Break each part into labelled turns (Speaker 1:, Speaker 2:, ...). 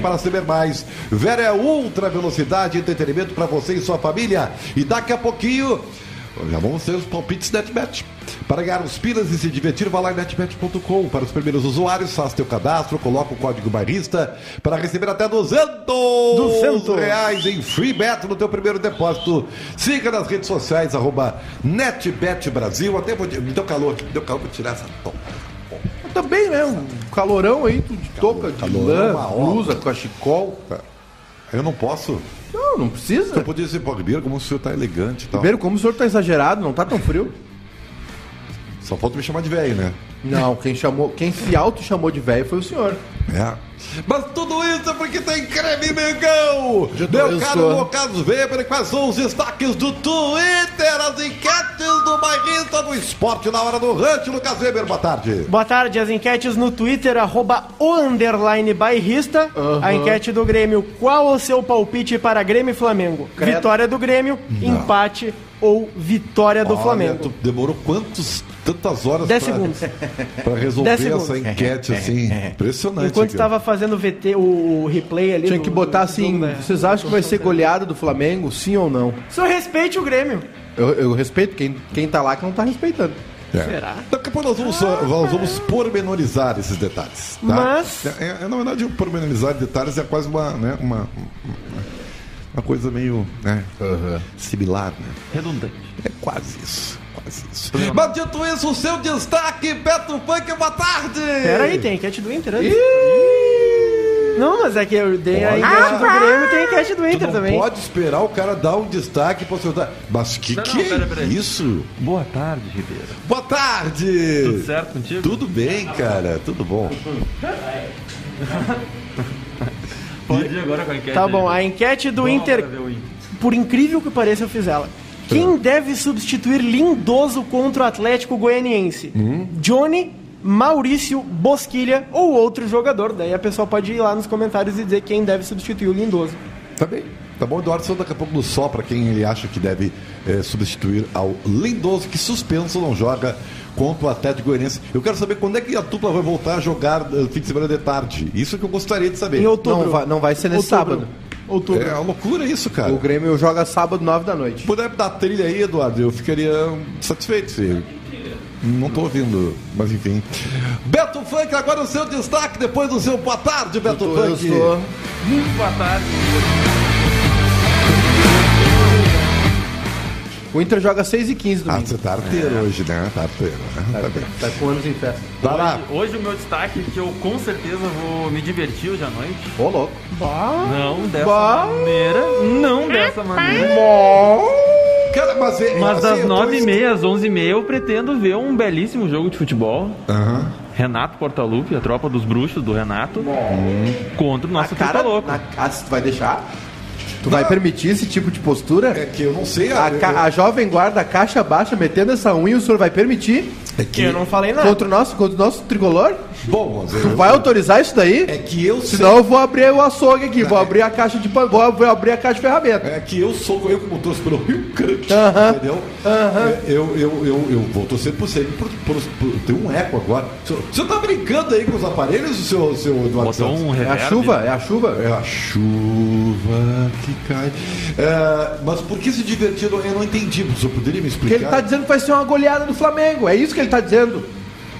Speaker 1: para saber mais. Vera é ultra velocidade e entretenimento para você e sua família. E daqui a pouquinho, já vão ser os palpites NetBet. Para ganhar os pilas e se divertir, vá lá em netbet.com. Para os primeiros usuários, faça teu cadastro, coloca o código bairrista para receber até 200,
Speaker 2: 200.
Speaker 1: reais em free bet no teu primeiro depósito. Siga nas redes sociais, arroba netbetbrasil. Até vou, me deu calor aqui, me deu calor, vou tirar essa toca.
Speaker 2: Também, né? Um calorão aí, tu de touca, de
Speaker 1: calorão, uma
Speaker 2: lã,
Speaker 1: obra.
Speaker 2: blusa, cachecol.
Speaker 1: Eu não posso.
Speaker 2: Não, não precisa.
Speaker 1: Eu podia dizer, pô, Ribeiro, como o senhor tá elegante e tal.
Speaker 2: Primeiro, como o senhor tá exagerado, não tá tão frio.
Speaker 1: Só falta me chamar de velho, né?
Speaker 2: Não, quem chamou, quem se auto chamou de velho foi o senhor.
Speaker 1: É. Mas tudo isso é porque tem creme, Mengão!
Speaker 2: De
Speaker 1: Meu
Speaker 2: tudo
Speaker 1: caro
Speaker 2: isso.
Speaker 1: Lucas Weber, quais são os destaques do Twitter, as enquetes do bairrista do esporte na hora do rancho, Lucas Weber, boa tarde.
Speaker 3: Boa tarde, as enquetes no Twitter, arroba o underline bairrista. A enquete do Grêmio, qual o seu palpite para Grêmio e Flamengo?
Speaker 2: Credo.
Speaker 3: Vitória do Grêmio, empate ou vitória do
Speaker 1: Olha, tu
Speaker 3: Flamengo?
Speaker 1: demorou quantos, tantas horas
Speaker 3: 10
Speaker 1: pra-
Speaker 3: segundos.
Speaker 1: pra resolver
Speaker 3: Dez segundos.
Speaker 1: essa enquete, assim, impressionante.
Speaker 3: Enquanto
Speaker 1: cara.
Speaker 3: estava fazendo o VT, o, o replay ali.
Speaker 2: Tinha
Speaker 3: do-
Speaker 2: que botar
Speaker 3: do jogo,
Speaker 2: assim,
Speaker 3: né?
Speaker 2: vocês acham que vai ser goleada do Flamengo, sim ou não?
Speaker 3: Só respeite o Grêmio.
Speaker 2: Eu, eu respeito quem, quem tá lá que não tá respeitando.
Speaker 1: É.
Speaker 3: Será? Ah.
Speaker 1: Daqui a pouco nós vamos, nós vamos pormenorizar esses detalhes. tá?
Speaker 3: Mas-
Speaker 1: É, é, na verdade, o pormenorizar detalhes é quase uma. Né, uma uma coisa meio né, similar, né?
Speaker 4: Redundante.
Speaker 1: É quase isso. Quase isso. Mas dito isso, o seu destaque, Beto Funk, boa tarde!
Speaker 3: Pera aí, tem enquete do Inter antes. Não, mas é que eu dei a enquete do Grêmio, tem enquete do
Speaker 1: Tu
Speaker 3: Inter
Speaker 1: não
Speaker 3: também.
Speaker 1: pode esperar o cara dar um destaque pra seu destaque. Mas que
Speaker 4: Não, não,
Speaker 1: que
Speaker 4: pera,
Speaker 1: é
Speaker 4: pera aí.
Speaker 1: isso?
Speaker 4: Boa tarde, Ribeiro.
Speaker 1: Boa tarde!
Speaker 4: Tudo certo contigo?
Speaker 1: Tudo bem, cara, tudo bom.
Speaker 4: Pode ir agora com a enquete.
Speaker 3: Tá bom, a enquete do Inter, por incrível que pareça, eu fiz ela. Quem deve substituir Lindoso contra o Atlético Goianiense? Johnny, Maurício, Bosquilha ou outro jogador? Daí a pessoa pode ir lá nos comentários e dizer quem deve substituir o Lindoso.
Speaker 1: Tá bem. Tá bom, Eduardo, só daqui a pouco no só pra quem ele acha que deve eh, substituir ao Lindoso, que suspenso não joga contra o Atlético Goianiense. Eu quero saber quando é que a dupla vai voltar a jogar eh, fim de semana de tarde. Isso que eu gostaria de saber.
Speaker 3: Em outubro.
Speaker 2: Não vai, não vai ser nesse
Speaker 3: Outubro.
Speaker 2: sábado.
Speaker 3: Outubro.
Speaker 1: É uma loucura isso, cara.
Speaker 2: O Grêmio joga sábado, nove da noite.
Speaker 1: Se puder dar trilha aí, Eduardo, eu ficaria satisfeito. Se... Não tô ouvindo, mas enfim. Beto Funk, agora o seu destaque depois do seu boa tarde, Beto
Speaker 2: Eu
Speaker 1: Funk.
Speaker 2: sou-
Speaker 4: Muito boa tarde.
Speaker 2: O Inter joga 6 e 15
Speaker 1: Ah,
Speaker 2: domingo.
Speaker 1: você tá arteiro hoje, né? Tá arteiro. né? Tá bem.
Speaker 2: Tá com anos em festa.
Speaker 1: Tá lá.
Speaker 4: Hoje o meu destaque é que eu com certeza vou me divertir hoje à noite.
Speaker 2: Ô, louco.
Speaker 4: Não dessa
Speaker 2: Bah.
Speaker 4: maneira. Não dessa maneira.
Speaker 1: Cara, mas, é-
Speaker 4: Mas
Speaker 1: assim, eu
Speaker 4: das
Speaker 1: tô
Speaker 4: 9h30 às 11h30 eu pretendo ver um belíssimo jogo de futebol.
Speaker 1: Aham.
Speaker 4: Renato Portaluppi, a tropa dos bruxos do Renato, contra o nosso
Speaker 2: na cara,
Speaker 4: Tripa Louco.
Speaker 2: na cara, tu vai deixar? Tu vai permitir esse tipo de postura?
Speaker 1: É que eu não sei.
Speaker 2: A,
Speaker 1: eu-
Speaker 2: ca- a jovem guarda, a caixa baixa, metendo essa unha, o senhor vai permitir?
Speaker 1: é que,
Speaker 3: Eu não falei nada.
Speaker 2: Contra o nosso, contra o nosso tricolor?
Speaker 1: Bom, mas
Speaker 2: Tu
Speaker 1: eu-
Speaker 2: vai autorizar isso daí?
Speaker 1: é que eu sei.
Speaker 2: Senão eu vou abrir o açougue aqui, vou abrir a caixa de pan- vou, vou abrir a caixa de ferramenta.
Speaker 1: É que eu sou, eu como torço pelo Rio Grande,
Speaker 2: Aham.
Speaker 1: entendeu? É, eu, eu, eu, eu vou torcer por sempre, por, por, por- tem um eco agora. O senhor, o senhor tá brincando aí com os aparelhos, seu, seu Eduardo
Speaker 4: Botou
Speaker 1: Santos?
Speaker 4: um
Speaker 2: É, a
Speaker 4: reverb.
Speaker 2: chuva, é a chuva.
Speaker 1: É a chuva que cai. É, mas por que se divertiram? Eu não entendi, o senhor poderia me
Speaker 2: Porque
Speaker 1: explicar?
Speaker 2: ele tá dizendo que vai ser uma goleada do Flamengo, é isso que ele tá dizendo.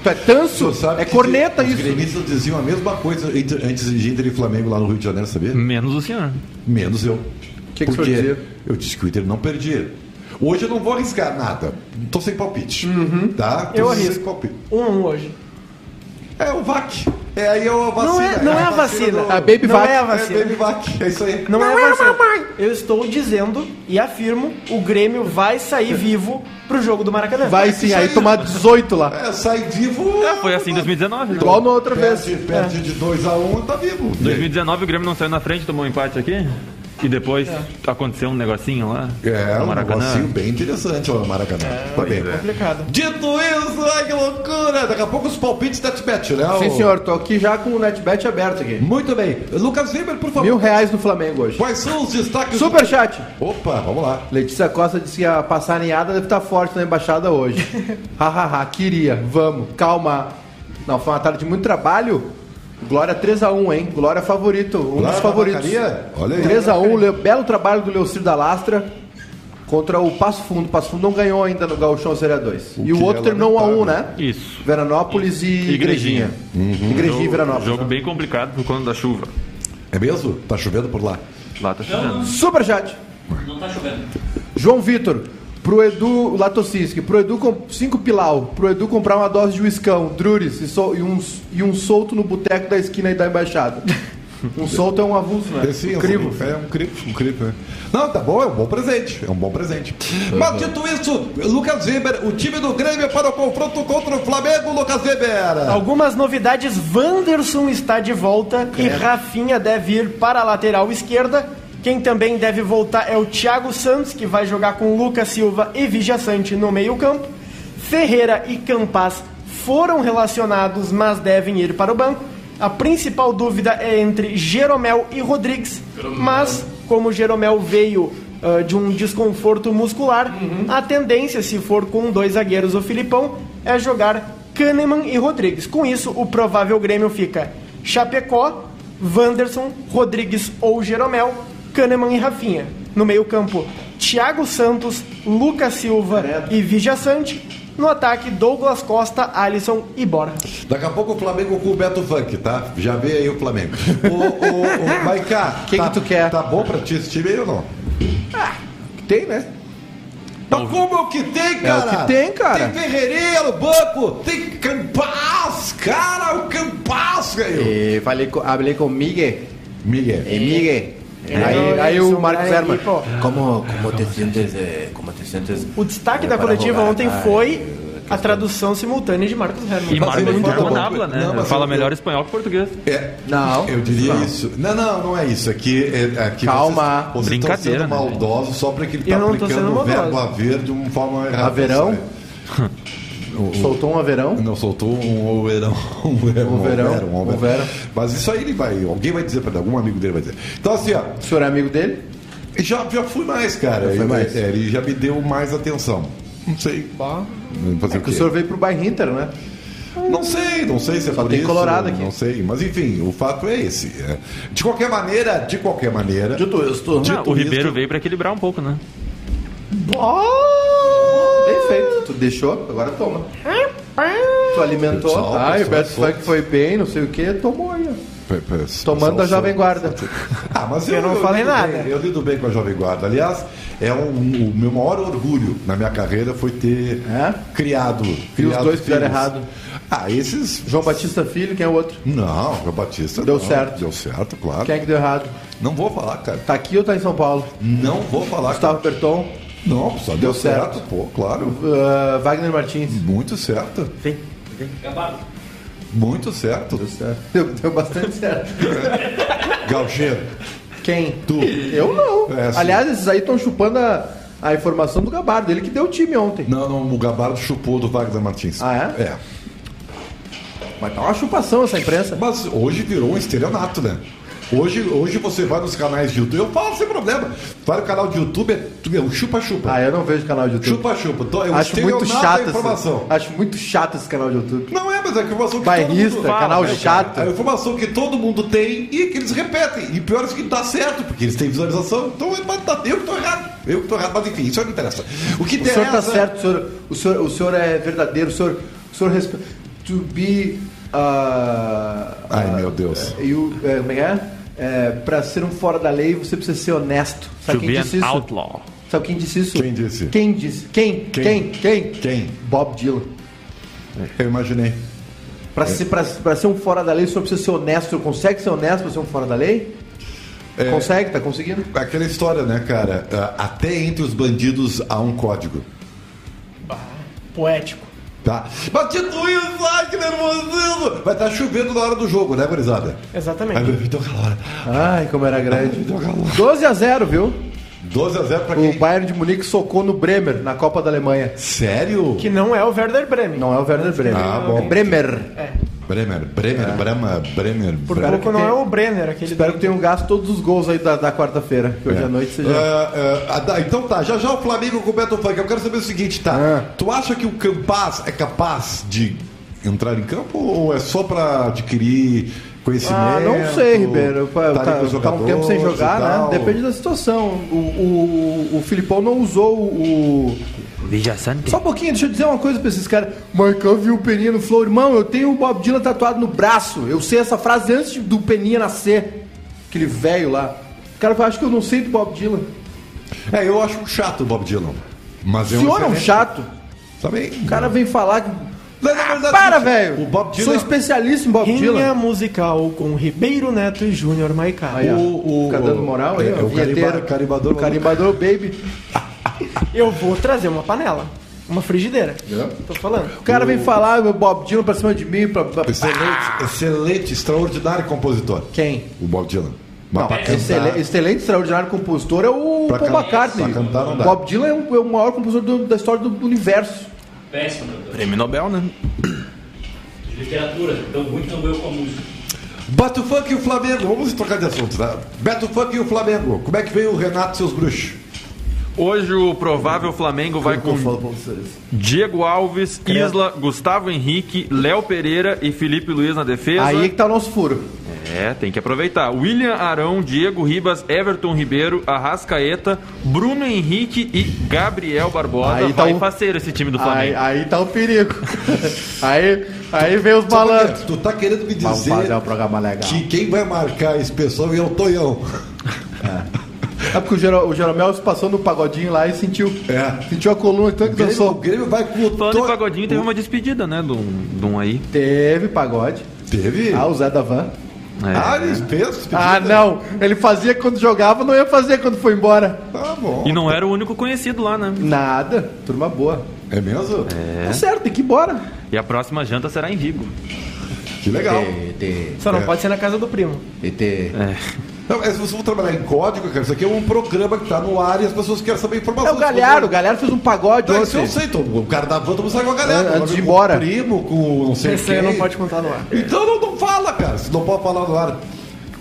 Speaker 2: Tu é
Speaker 1: O
Speaker 2: tanso,
Speaker 1: senhor sabe
Speaker 2: é
Speaker 1: que
Speaker 2: corneta
Speaker 1: os
Speaker 2: isso.
Speaker 1: gremistas diziam a mesma coisa entre- antes de Inter e Flamengo lá no Rio de Janeiro, sabia?
Speaker 4: Menos o senhor.
Speaker 1: Menos eu.
Speaker 2: Que que o senhor
Speaker 1: Porque
Speaker 2: dizia?
Speaker 1: Eu disse que o Inter não perdia. Hoje eu não vou arriscar nada. Tô sem palpite. Tá? Tô
Speaker 3: Eu
Speaker 1: sem
Speaker 3: arrisco.
Speaker 1: palpite.
Speaker 3: Um a um hoje.
Speaker 1: É o VAC. É aí eu a vacina.
Speaker 3: Não é, não é a vacina.
Speaker 1: do-
Speaker 2: A Baby
Speaker 3: não
Speaker 2: Vac.
Speaker 3: é a
Speaker 1: É
Speaker 3: vacina.
Speaker 1: Baby VAC. É isso aí.
Speaker 3: Não, é, vacina. Eu estou dizendo e afirmo, o Grêmio vai sair vivo pro jogo do Maracanã.
Speaker 2: Vai sim, aí tomar 18 lá.
Speaker 1: É, sai vivo.
Speaker 4: É, foi assim em 2019. né?
Speaker 2: Igual na outra vez.
Speaker 1: Perde, perde de 2 a 1 um, tá vivo.
Speaker 4: 2019 o Grêmio não saiu na frente, tomou um empate aqui. E depois aconteceu um negocinho lá.
Speaker 1: É,
Speaker 4: no
Speaker 1: um
Speaker 4: Maracanã.
Speaker 1: negocinho bem interessante lá no Maracanã. tá bem.
Speaker 3: Complicado.
Speaker 1: Dito isso, ai que loucura. Daqui a pouco os palpites da Tibet, né?
Speaker 2: Sim,
Speaker 1: o-
Speaker 2: senhor, tô aqui já com o netbet aberto aqui.
Speaker 1: Muito bem. Lucas Weber, por favor.
Speaker 2: Mil reais no Flamengo hoje.
Speaker 1: Quais são os destaques? do-
Speaker 2: Superchat!
Speaker 1: Opa, vamos lá.
Speaker 2: Letícia Costa disse que a passarinhada deve estar forte na embaixada hoje. Hahaha, queria, vamos, calma. Não, foi uma tarde de muito trabalho Glória 3x1, hein? Glória favorito, um
Speaker 1: Glória
Speaker 2: dos favoritos.
Speaker 1: Barbacaria? Olha aí.
Speaker 2: 3x1, le- belo trabalho do Leocir da Lastra contra o Passo Fundo. O Passo Fundo não ganhou ainda no Gauchão Série 2. e
Speaker 1: que
Speaker 2: o outro
Speaker 1: é
Speaker 2: terminou 1x1, né?
Speaker 1: lamentável.
Speaker 4: Isso.
Speaker 2: Veranópolis e
Speaker 4: Igrejinha.
Speaker 2: Igrejinha.
Speaker 1: Uhum.
Speaker 2: Igrejinha e
Speaker 4: Jogo,
Speaker 2: Veranópolis.
Speaker 4: jogo bem complicado por conta da chuva.
Speaker 1: É mesmo? Tá chovendo por lá.
Speaker 4: Lá tá chovendo.
Speaker 2: Superchat.
Speaker 5: Não tá chovendo.
Speaker 2: João Vitor, pro Edu Latocinski, pro Edu 5 pilau, pro Edu comprar uma dose de uiscão, druris e, sol- e um, e um solto no boteco da esquina aí da embaixada. Um solto é um avulso, né?
Speaker 1: Sim,
Speaker 2: Um crivo.
Speaker 1: É um crivo, um crivo. é. Não, tá bom, é um bom presente. É um bom presente.
Speaker 2: Uhum.
Speaker 1: Mas dito isso, Lucas Weber, o time do Grêmio para o confronto contra o Flamengo, Lucas Weber.
Speaker 3: Algumas novidades, Wanderson está de volta e Rafinha deve ir para a lateral esquerda. Quem também deve voltar é o Thiago Santos, que vai jogar com Lucas Silva e Vigia Sante no meio-campo. Ferreira e Campas foram relacionados, mas devem ir para o banco. A principal dúvida é entre Jeromel e Rodrigues, mas como Jeromel veio ah, de um desconforto muscular, a tendência, se for com dois zagueiros o Filipão, é jogar Kahneman e Rodrigues. Com isso, o provável Grêmio fica Chapecó, Wanderson, Rodrigues ou Jeromel, Kahneman e Rafinha. No meio-campo, Thiago Santos, Lucas Silva e Vigia Sante. No ataque, Douglas Costa, Alisson e Bora.
Speaker 1: Daqui a pouco o Flamengo com o Beto Funk, tá? Já vê aí o Flamengo. Ô, ô, ô, Maiká,
Speaker 2: Quem
Speaker 1: tá,
Speaker 2: que tu quer?
Speaker 1: Tá bom pra ti esse time aí ou não? Ah,
Speaker 2: Tem, né?
Speaker 1: Mas como é o que tem,
Speaker 2: É o
Speaker 1: cara?
Speaker 2: que tem, cara.
Speaker 1: Tem Ferreirinha no banco, tem Campas, cara, o Campas ganhou.
Speaker 2: E Eh, falei, co- falei com o Miguel.
Speaker 1: Miguel.
Speaker 2: E É. Miguel.
Speaker 3: Não,
Speaker 2: Eh, Aí, aí
Speaker 3: isso,
Speaker 2: o Marcos
Speaker 3: aí,
Speaker 2: Herman.
Speaker 3: pô.
Speaker 6: ¿Cómo, cómo te sientes? eh, ¿Cómo te sientes?
Speaker 3: O destaque da
Speaker 6: para
Speaker 3: coletiva
Speaker 6: jogar,
Speaker 3: ontem
Speaker 2: Ah, é.
Speaker 6: cara?
Speaker 2: eh.
Speaker 3: foi a tradução simultânea de Marcos
Speaker 4: E
Speaker 3: Herman.
Speaker 1: Mas
Speaker 4: Marcos
Speaker 1: ele fala
Speaker 4: Herman
Speaker 1: bom.
Speaker 4: Nabla, né?
Speaker 1: Não, mas
Speaker 4: Fala
Speaker 1: eu-
Speaker 4: melhor espanhol que português.
Speaker 1: É,
Speaker 2: Não.
Speaker 1: Eu diria isso. Não, não, não é isso. Aqui, é, aqui
Speaker 2: Calma.
Speaker 1: Vocês, vocês estão
Speaker 4: Brincadeira,
Speaker 1: sendo
Speaker 4: né?
Speaker 1: maldoso só porque ele
Speaker 3: Eu
Speaker 1: está
Speaker 3: não tô
Speaker 1: aplicando
Speaker 3: sendo
Speaker 1: o verbo
Speaker 3: maldoso.
Speaker 1: haver de uma forma errada.
Speaker 2: Haverão? Soltou um
Speaker 1: sabe?
Speaker 2: averão.
Speaker 1: Não, soltou um overão. Um overão.
Speaker 2: Um verão,
Speaker 1: um overão.
Speaker 2: um verão.
Speaker 1: Mas isso aí ele vai. Alguém vai dizer para ele, algum amigo dele vai dizer. Então, assim, ó.
Speaker 2: O senhor é amigo dele?
Speaker 1: Já, já fui mais, cara.
Speaker 2: foi
Speaker 1: ele,
Speaker 2: mais.
Speaker 1: é, ele já me deu mais atenção. Não sei. Fazer o
Speaker 2: É que
Speaker 1: quê?
Speaker 2: o senhor veio pro Bayern Inter, né?
Speaker 1: Não sei, não sei se é
Speaker 2: Só
Speaker 1: por
Speaker 2: tem
Speaker 1: isso,
Speaker 2: colorado aqui.
Speaker 1: Não sei, mas enfim, o fato é esse. É. De qualquer maneira, de qualquer maneira.
Speaker 6: Dito esto,
Speaker 4: Ah,
Speaker 1: isso-
Speaker 4: o Ribeiro veio pra equilibrar um pouco, né?
Speaker 2: Bem feito. Tu deixou, agora toma. Tu alimentou.
Speaker 1: Pessoal,
Speaker 2: Ai, o
Speaker 1: pessoal,
Speaker 2: Beto Funk foi bem, não sei o que, tomou aí, ó.
Speaker 1: Pe- pe-
Speaker 2: Tomando da
Speaker 1: pessoal,
Speaker 2: Jovem Guarda.
Speaker 1: Ah, mas
Speaker 3: Eu não
Speaker 1: lido
Speaker 3: falei
Speaker 1: bem,
Speaker 3: nada.
Speaker 1: eu lido bem com a Jovem Guarda. Aliás, é um- o meu maior orgulho na minha carreira foi ter
Speaker 2: É?
Speaker 1: criado.
Speaker 2: E os
Speaker 1: criado
Speaker 2: dois fizeram
Speaker 1: filhos.
Speaker 2: errado.
Speaker 1: Ah, esses.
Speaker 2: João Batista Filho, quem é o outro?
Speaker 1: Não, João Batista.
Speaker 2: Deu
Speaker 1: não.
Speaker 2: certo.
Speaker 1: Deu certo, claro.
Speaker 2: Quem é que deu errado?
Speaker 1: Não vou falar, cara.
Speaker 2: Tá aqui ou tá em São Paulo?
Speaker 1: Não vou falar.
Speaker 2: Gustavo Berton,
Speaker 1: cara. Não, só deu,
Speaker 2: Deu certo.
Speaker 1: certo. pô, claro.
Speaker 2: ah, Wagner Martins.
Speaker 1: Muito certo.
Speaker 5: Gabado.
Speaker 1: Muito certo.
Speaker 2: Deu, deu bastante certo.
Speaker 1: Gaucheiro,
Speaker 2: Quem?
Speaker 1: tu.
Speaker 2: Eu não.
Speaker 1: É, sim.
Speaker 2: Aliás, esses aí estão chupando a, a informação do Gabardo, ele que deu o time ontem.
Speaker 1: Não, não, o Gabardo chupou do Wagner Martins.
Speaker 2: Ah, é?
Speaker 1: É.
Speaker 2: Mas tá uma chupação essa imprensa.
Speaker 1: Mas hoje virou um estelionato, né? Hoje, hoje você vai nos canais de YouTube. Eu falo sem problema. Vai no canal de YouTube, é tu- é o chupa-chupa.
Speaker 2: Ah, eu não vejo canal de YouTube.
Speaker 1: Chupa-chupa. Então, é um
Speaker 2: Acho
Speaker 1: estelionato
Speaker 2: muito
Speaker 1: da
Speaker 2: chato esse-
Speaker 1: informação.
Speaker 2: Acho muito chato esse canal de YouTube.
Speaker 1: Não é, mas é a informação que
Speaker 2: Bairrista,
Speaker 1: todo mundo
Speaker 2: canal
Speaker 1: né,
Speaker 2: chato.
Speaker 1: cara? É a informação que todo mundo tem e que eles repetem. E pior é que dá certo, porque eles têm visualização. Então eu, mas tá- eu que tô errado. Eu que tô errado. Mas enfim, isso não interessa. O que
Speaker 2: O senhor
Speaker 1: interessa...
Speaker 2: tá certo, o senhor, o senhor, o senhor é verdadeiro, o senhor, o senhor respeita. To be. ah,
Speaker 1: Ai,
Speaker 2: ah,
Speaker 1: meu Deus.
Speaker 2: eh, you, eh, como é que é? Eh, pra ser um fora da lei, você precisa ser honesto. Sabe quem
Speaker 4: Chovia
Speaker 2: disse isso?
Speaker 4: outlaw.
Speaker 2: Sabe quem disse isso?
Speaker 1: Quem disse?
Speaker 2: Quem disse? Quem?
Speaker 1: Quem?
Speaker 2: Quem? Quem?
Speaker 1: Quem?
Speaker 2: Bob Dylan.
Speaker 1: Eu imaginei.
Speaker 2: Pra,
Speaker 1: É.
Speaker 2: ser, pra, pra ser um fora da lei, o senhor precisa ser honesto. O senhor consegue ser honesto pra ser um fora da lei?
Speaker 1: É.
Speaker 2: Consegue, tá conseguindo?
Speaker 1: Aquela história, né, cara? Ah, Até entre os bandidos há um código.
Speaker 3: Poético.
Speaker 1: Tá. Mas dito isso, ai que nervosismo! Vai estar tá chovendo na hora do jogo, né, gurizada? Ai,
Speaker 3: Exatamente.
Speaker 1: meu, então calora.
Speaker 2: Ai, como era grande.
Speaker 1: Então calora.
Speaker 2: 12 a 0 viu?
Speaker 1: 12 a 0 pra
Speaker 2: O
Speaker 1: quem?
Speaker 2: Bayern de Munique socou no Bremer, na Copa da Alemanha.
Speaker 1: Sério?
Speaker 3: Que não é o Werder Bremen.
Speaker 2: Não é o Werder Bremer.
Speaker 1: Ah, bom.
Speaker 2: É Bremer.
Speaker 3: É.
Speaker 1: Bremer, Bremer,
Speaker 2: É.
Speaker 1: Brama, Bremer,
Speaker 3: Por
Speaker 1: Bremer.
Speaker 3: pouco não
Speaker 2: tem-
Speaker 3: é o Brenner, aquele
Speaker 2: Espero que tenham gasto todos os gols aí da, da quarta-feira. Que hoje
Speaker 1: É.
Speaker 2: à noite seja.
Speaker 1: Ah, ah, ah, dá- então tá, já já o Flamengo com o Beto Funk. Eu quero saber o seguinte, tá?
Speaker 2: Ah.
Speaker 1: Tu acha que o Campas é capaz de entrar em campo ou é só pra adquirir Conhecimento.
Speaker 2: Ah, não sei, Ribeiro. Tá,
Speaker 1: ali com os
Speaker 2: tá um tempo
Speaker 1: jogadores
Speaker 2: sem
Speaker 1: e
Speaker 2: jogar,
Speaker 1: tal.
Speaker 2: né? Depende da situação. O, o, o Filipão não usou o. o-
Speaker 4: Vija Sante.
Speaker 2: Só um pouquinho, deixa eu dizer uma coisa pra esses caras. Marcão viu o Peninha no Flow. Irmão, eu tenho o Bob Dylan tatuado no braço. Eu sei essa frase antes de- do Peninha nascer. Aquele velho lá. O cara fala, acho que eu não sei do Bob Dylan.
Speaker 1: É, eu acho um chato o Bob Dylan. Mas é
Speaker 2: O
Speaker 1: um
Speaker 2: senhor é um
Speaker 1: excelente-
Speaker 2: chato.
Speaker 1: Também.
Speaker 2: O cara vem falar que.
Speaker 1: Não, na verdade,
Speaker 2: Para,
Speaker 1: gente,
Speaker 2: velho!
Speaker 1: O Bob
Speaker 2: Sou
Speaker 1: Dylan.
Speaker 2: especialista em Bob
Speaker 3: Rinha
Speaker 2: um Dylan.
Speaker 3: musical com Ribeiro Neto e Júnior
Speaker 2: Aí,
Speaker 3: Maicá.
Speaker 2: ó,
Speaker 1: o-
Speaker 2: fica dando moral aí,
Speaker 1: é,
Speaker 2: ó,
Speaker 1: é o carimba-
Speaker 2: vinheteiro.
Speaker 1: carimbador. né?
Speaker 2: O carimbador, baby.
Speaker 3: Eu vou trazer uma panela, uma frigideira. Tô falando.
Speaker 2: O cara vem falar, meu Bob Dylan pra cima de mim. Pra, pra-
Speaker 1: Excelente, excelente, extraordinário compositor.
Speaker 2: Quem?
Speaker 1: O Bob Dylan. Mas pra cantar-
Speaker 2: Excelente, excelente, extraordinário compositor é o
Speaker 1: Pra
Speaker 2: Paul
Speaker 1: can-
Speaker 2: McCartney.
Speaker 1: pra cantar não dá.
Speaker 2: Bob Dylan é, um- é o maior compositor do- da história do, do universo.
Speaker 5: Péssimo, meu Deus.
Speaker 6: Prêmio Nobel, né?
Speaker 5: De literatura, tão ruim que não ganhou com a música.
Speaker 1: Beto Funk e o Flamengo. Vamos trocar de assunto, tá? Beto Funk e o Flamengo. Como é que veio o Renato e seus bruxos?
Speaker 4: Hoje o provável Flamengo vai com
Speaker 2: pra vocês.
Speaker 4: Diego Alves, Isla, Gustavo Henrique, Léo Pereira e Felipe Luiz na defesa.
Speaker 2: Aí é que tá o nosso furo.
Speaker 4: É, tem que aproveitar. William Arão, Diego Ribas, Everton Ribeiro, Arrascaeta, Bruno Henrique e Gabriel Barbosa.
Speaker 2: Aí tá
Speaker 4: vai
Speaker 2: o-
Speaker 4: faceiro esse time do
Speaker 2: Aí,
Speaker 4: Flamengo.
Speaker 2: aí tá o perigo. aí, aí vem os
Speaker 1: Sabe
Speaker 2: balanços.
Speaker 1: o que é? Tu tá querendo me
Speaker 2: Vamos fazer um
Speaker 1: dizer
Speaker 2: programa legal.
Speaker 1: que quem vai marcar esse pessoal é o Tonhão.
Speaker 2: É porque o, Jero, o Jeromel se passou no pagodinho lá e sentiu.
Speaker 1: É.
Speaker 2: Sentiu a coluna então que
Speaker 1: O Grêmio, o
Speaker 2: dançou.
Speaker 1: Grêmio vai com o
Speaker 4: Falando em
Speaker 1: Tonhão.
Speaker 4: pagodinho, teve uma despedida, né? De um, de um aí.
Speaker 2: Teve pagode.
Speaker 4: um-
Speaker 1: Teve?
Speaker 2: Ah, o Zé da Van.
Speaker 4: É.
Speaker 1: Ah, eles pensam.
Speaker 2: Ah, não. Ele fazia quando jogava, não ia fazer quando foi embora.
Speaker 1: Tá bom.
Speaker 4: E não era o único conhecido lá, né?
Speaker 2: Nada. Turma boa.
Speaker 1: É mesmo?
Speaker 2: Tá certo, tem que ir embora.
Speaker 4: E a próxima janta será em Vigo.
Speaker 1: Que legal.
Speaker 6: ET,
Speaker 3: Só não
Speaker 1: É.
Speaker 3: pode ser na casa do primo.
Speaker 6: ET.
Speaker 1: Não, é, mas vocês vão trabalhar em código, cara. Isso aqui é um programa que tá no ar e as pessoas querem saber
Speaker 2: É
Speaker 1: informação.
Speaker 2: o Galhardo, o Galhardo fez um pagode
Speaker 1: Não, isso
Speaker 2: ontem.
Speaker 1: eu sei, todo mundo. O cara da van, todo mundo sai com a galera.
Speaker 2: Antes de ir
Speaker 1: Com
Speaker 2: embora.
Speaker 1: O primo, com não sei
Speaker 3: Esse aí
Speaker 1: quem.
Speaker 3: não pode contar no ar.
Speaker 1: Então não, não fala, cara. Se não pode falar no ar.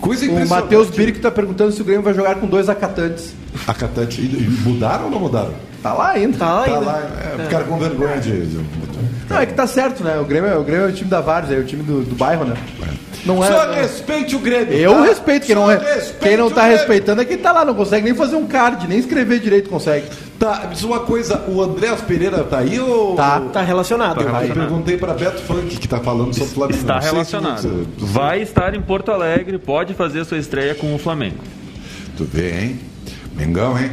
Speaker 1: Coisa
Speaker 2: O
Speaker 1: impressionante.
Speaker 2: Matheus Birico tá perguntando se o Grêmio vai jogar com dois acatantes.
Speaker 1: A Catante. e- e Mudaram ou não mudaram?
Speaker 2: Tá lá ainda.
Speaker 3: Tá lá
Speaker 1: Tá
Speaker 3: ainda.
Speaker 1: lá. É, Ficaram com vergonha de. de-
Speaker 2: Não, é que tá certo, né? O Grêmio, é- o Grêmio é o time da Vários, é o time do, do bairro, né? Não é.
Speaker 1: Só
Speaker 2: não é.
Speaker 1: respeite o Grêmio.
Speaker 2: Eu
Speaker 1: tá?
Speaker 2: respeito, quem
Speaker 1: Só
Speaker 2: não, é,
Speaker 1: respeite
Speaker 2: quem não
Speaker 1: o
Speaker 2: tá
Speaker 1: Grêmio.
Speaker 2: respeitando é quem tá lá, não consegue nem fazer um card, nem escrever direito consegue.
Speaker 1: Tá, me diz uma coisa. O Andrés Pereira tá aí ou.
Speaker 2: Tá.
Speaker 3: Tá relacionado.
Speaker 4: Tá.
Speaker 1: Aí perguntei pra Beto Funk, que tá falando sobre o Flamengo.
Speaker 4: Está
Speaker 1: Não sei se
Speaker 4: relacionado.
Speaker 1: você-
Speaker 4: Vai estar em Porto Alegre, pode fazer sua estreia com o Flamengo.
Speaker 1: Tu vê, hein? Mengão, hein?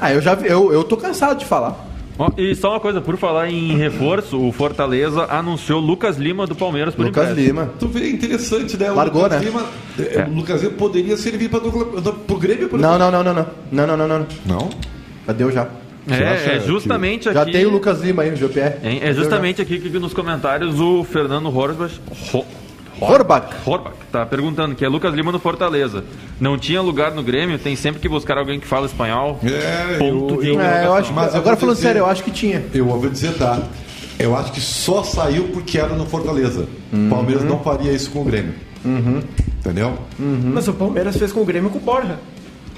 Speaker 2: Ah, eu já vi, eu, eu tô cansado de falar.
Speaker 4: Ó, E só uma coisa, por falar em reforço, o Fortaleza anunciou Lucas Lima do Palmeiras por
Speaker 2: Lucas
Speaker 4: empréstimo.
Speaker 2: Lima.
Speaker 1: Tu vê, é interessante, né? O
Speaker 2: Largou,
Speaker 1: Lucas
Speaker 2: né?
Speaker 1: Lima,
Speaker 4: É.
Speaker 1: eh, O Lucas Lima poderia servir para pro Grêmio, por
Speaker 2: Não, não, não, não, não. Não, não, não, não.
Speaker 1: Não?
Speaker 2: Já deu já.
Speaker 1: acha
Speaker 4: É, é
Speaker 1: que-
Speaker 4: justamente
Speaker 2: Já
Speaker 4: aqui.
Speaker 2: tem o Lucas Lima aí, o GPR.
Speaker 4: Hein? É justamente aqui que nos comentários o Fernando Horbach, Ho-
Speaker 2: Horbach.
Speaker 4: Horbach tá perguntando que é Lucas Lima no Fortaleza. Não tinha lugar no Grêmio, tem sempre que buscar alguém que fala espanhol.
Speaker 1: É,
Speaker 4: Ponto
Speaker 1: eu-
Speaker 4: de
Speaker 1: eu-
Speaker 2: É, eu acho que,
Speaker 1: Mas eu
Speaker 2: agora
Speaker 1: vou
Speaker 2: falando
Speaker 1: dizer-
Speaker 2: sério, eu acho que tinha.
Speaker 1: Eu ouvi dizer, tá? Eu acho que só saiu porque era no Fortaleza.
Speaker 4: Uhum.
Speaker 1: O Palmeiras não faria isso com o Grêmio. Entendeu?
Speaker 3: Mas o Palmeiras fez com o Grêmio e com o Borja.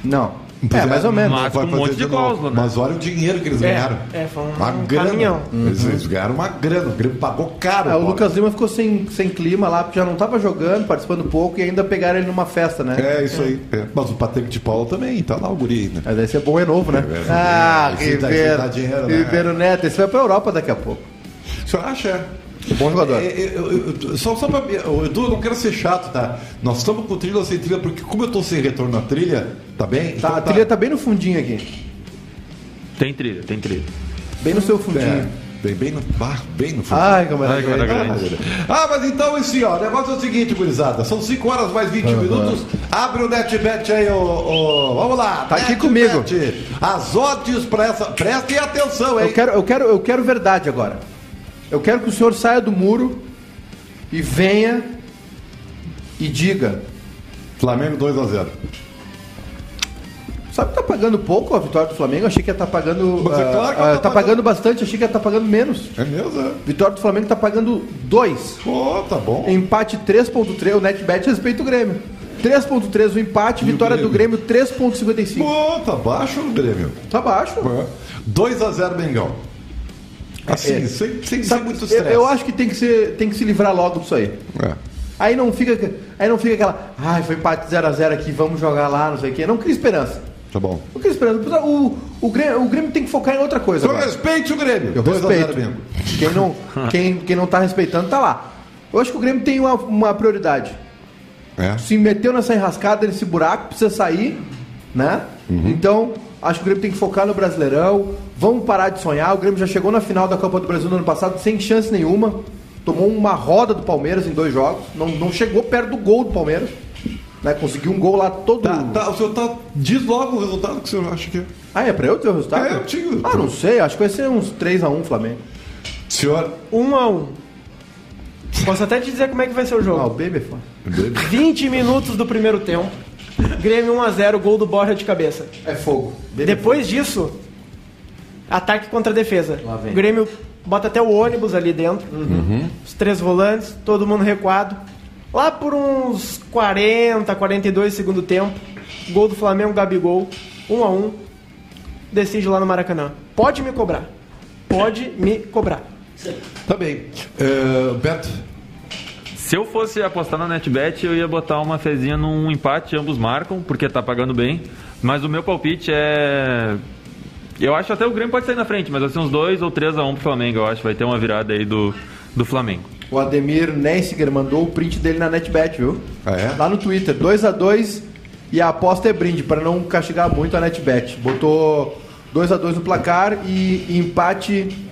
Speaker 2: Não.
Speaker 1: Pois
Speaker 2: É, mais ou menos.
Speaker 4: Mas
Speaker 1: Vai
Speaker 4: com um
Speaker 1: fazer
Speaker 4: monte de
Speaker 1: novo.
Speaker 4: cláusula, né?
Speaker 1: Mas olha o dinheiro que eles
Speaker 3: É,
Speaker 1: ganharam.
Speaker 3: é, foi um
Speaker 1: uma grana.
Speaker 3: caminhão.
Speaker 1: Eles,
Speaker 4: Uhum.
Speaker 1: eles ganharam uma grana. O Grêmio pagou caro.
Speaker 2: É, o
Speaker 1: Paulo.
Speaker 2: Lucas Lima ficou sem, sem clima lá, porque já não tava jogando, participando pouco, e ainda pegaram ele numa festa, né?
Speaker 1: É, isso aí. É. Mas o Patrick de Paula também, tá lá o guri, né?
Speaker 2: Mas aí você é bom é novo, né?
Speaker 1: velho.
Speaker 2: ah,
Speaker 1: Esse dá- esse
Speaker 2: Ribeiro.
Speaker 1: dá dinheiro, né?
Speaker 2: Ribeiro Neto, esse vai pra Europa daqui a pouco.
Speaker 1: O senhor acha?
Speaker 2: Um Bom jogador.
Speaker 1: É, é, eu- eu- eu- só, só pra, eu, Edu, eu não quero ser chato, tá? Nós estamos com trilha ou sem trilha, porque como eu tô sem retorno na trilha, tá bem?
Speaker 2: Tá,
Speaker 1: Então
Speaker 2: a trilha tá bem no fundinho aqui.
Speaker 4: Tem trilha, tem trilha.
Speaker 2: Bem no seu
Speaker 1: É,
Speaker 2: fundinho.
Speaker 1: bem, bem no bar, bem no fundo.
Speaker 2: Ai, como
Speaker 4: Ai, cara,
Speaker 2: é
Speaker 4: grande.
Speaker 1: Ah, mas então esse, ó, o negócio é o seguinte, gurizada. São 5 horas mais 20 minutos. Abre o NetBet aí, ô. ô, vamos lá.
Speaker 2: Tá aqui
Speaker 1: NetBet.
Speaker 2: comigo.
Speaker 1: As odds pra essa. Prestem atenção, hein?
Speaker 2: Eu quero, eu, quero, eu quero verdade agora. Eu quero que o senhor saia do muro e venha e diga.
Speaker 1: Flamengo 2x0.
Speaker 2: Sabe que tá pagando pouco a vitória do Flamengo? Achei que ia tá pagando.
Speaker 1: Mas é
Speaker 2: ah,
Speaker 1: claro que
Speaker 2: ah,
Speaker 1: ela tá
Speaker 2: tá
Speaker 1: pagando.
Speaker 2: pagando bastante, achei que ia tá pagando menos.
Speaker 1: É mesmo? é?
Speaker 2: Vitória do Flamengo tá pagando 2.
Speaker 1: Pô, tá bom.
Speaker 2: Empate 3.3, o netbet respeita o Grêmio. 3.3 o empate,
Speaker 1: E o
Speaker 2: vitória do Grêmio 3.55.
Speaker 1: Pô, tá baixo o Grêmio.
Speaker 2: Tá baixo.
Speaker 1: 2x0 Mengão. Assim,
Speaker 2: É.
Speaker 1: sem, sem, sem
Speaker 2: Sabe,
Speaker 1: muito
Speaker 2: eu,
Speaker 1: estresse.
Speaker 2: eu acho que tem que, ser, tem que se livrar logo disso aí.
Speaker 1: É.
Speaker 2: Aí não fica. Aí não fica aquela, ai, foi empate 0x0 aqui, vamos jogar lá, não sei o quê. Não cria esperança.
Speaker 1: Tá bom.
Speaker 2: Não cria esperança. O, o, Grêmio, o Grêmio tem que focar em outra coisa.
Speaker 1: Eu
Speaker 2: agora.
Speaker 1: respeito o Grêmio.
Speaker 2: Eu
Speaker 1: Dois a zero,
Speaker 2: respeito.
Speaker 1: Grêmio.
Speaker 2: Quem não, quem, quem não tá respeitando tá lá. Eu acho que o Grêmio tem uma, uma prioridade.
Speaker 1: É.
Speaker 2: Se meteu nessa enrascada, nesse buraco, precisa sair, né?
Speaker 1: Uhum.
Speaker 2: Então, acho que o Grêmio tem que focar no Brasileirão. Vamos parar de sonhar. O Grêmio já chegou na final da Copa do Brasil no ano passado sem chance nenhuma. Tomou uma roda do Palmeiras em dois jogos. Não, não chegou perto do gol do Palmeiras. Né? Conseguiu um gol lá todo.
Speaker 1: Tá, tá, o senhor tá. Diz logo o resultado que o senhor acha que é.
Speaker 2: Ah, é pra eu ter o resultado?
Speaker 1: É, eu tinha.
Speaker 2: Ah, não sei. Acho que vai ser uns 3x1 Flamengo.
Speaker 1: Senhor.
Speaker 3: Um a um. Posso até te dizer como é que vai ser o
Speaker 2: Ah, o
Speaker 3: jogo.
Speaker 2: Baby é foda.
Speaker 3: 20 minutos do primeiro tempo. Grêmio 1x0, gol do Borja de cabeça.
Speaker 2: É fogo. Baby é
Speaker 3: Depois disso, ataque contra defesa.
Speaker 6: Lá vem.
Speaker 3: O Grêmio bota até o ônibus ali dentro. Os três volantes, todo mundo recuado. Lá por uns 40, 42 segundo tempo, gol do Flamengo, Gabigol, 1 a 1. Decide lá no Maracanã. Pode me cobrar. Pode me cobrar.
Speaker 1: Tá bem. É, Beto.
Speaker 4: Se eu fosse apostar na NetBet, eu ia botar uma fezinha num empate, ambos marcam, porque tá pagando bem. Mas o meu palpite é. Eu acho até o Grêmio pode sair na frente, mas vai ser uns 2 ou 3 a 1 pro Flamengo, eu acho. Vai ter uma virada aí do, do Flamengo.
Speaker 2: O Ademir Nensiger mandou o print dele na NetBet, viu?
Speaker 1: Ah, é?
Speaker 2: Lá no Twitter, 2x2 e a aposta é brinde, para não castigar muito a NetBet. Botou 2x2 no placar e empate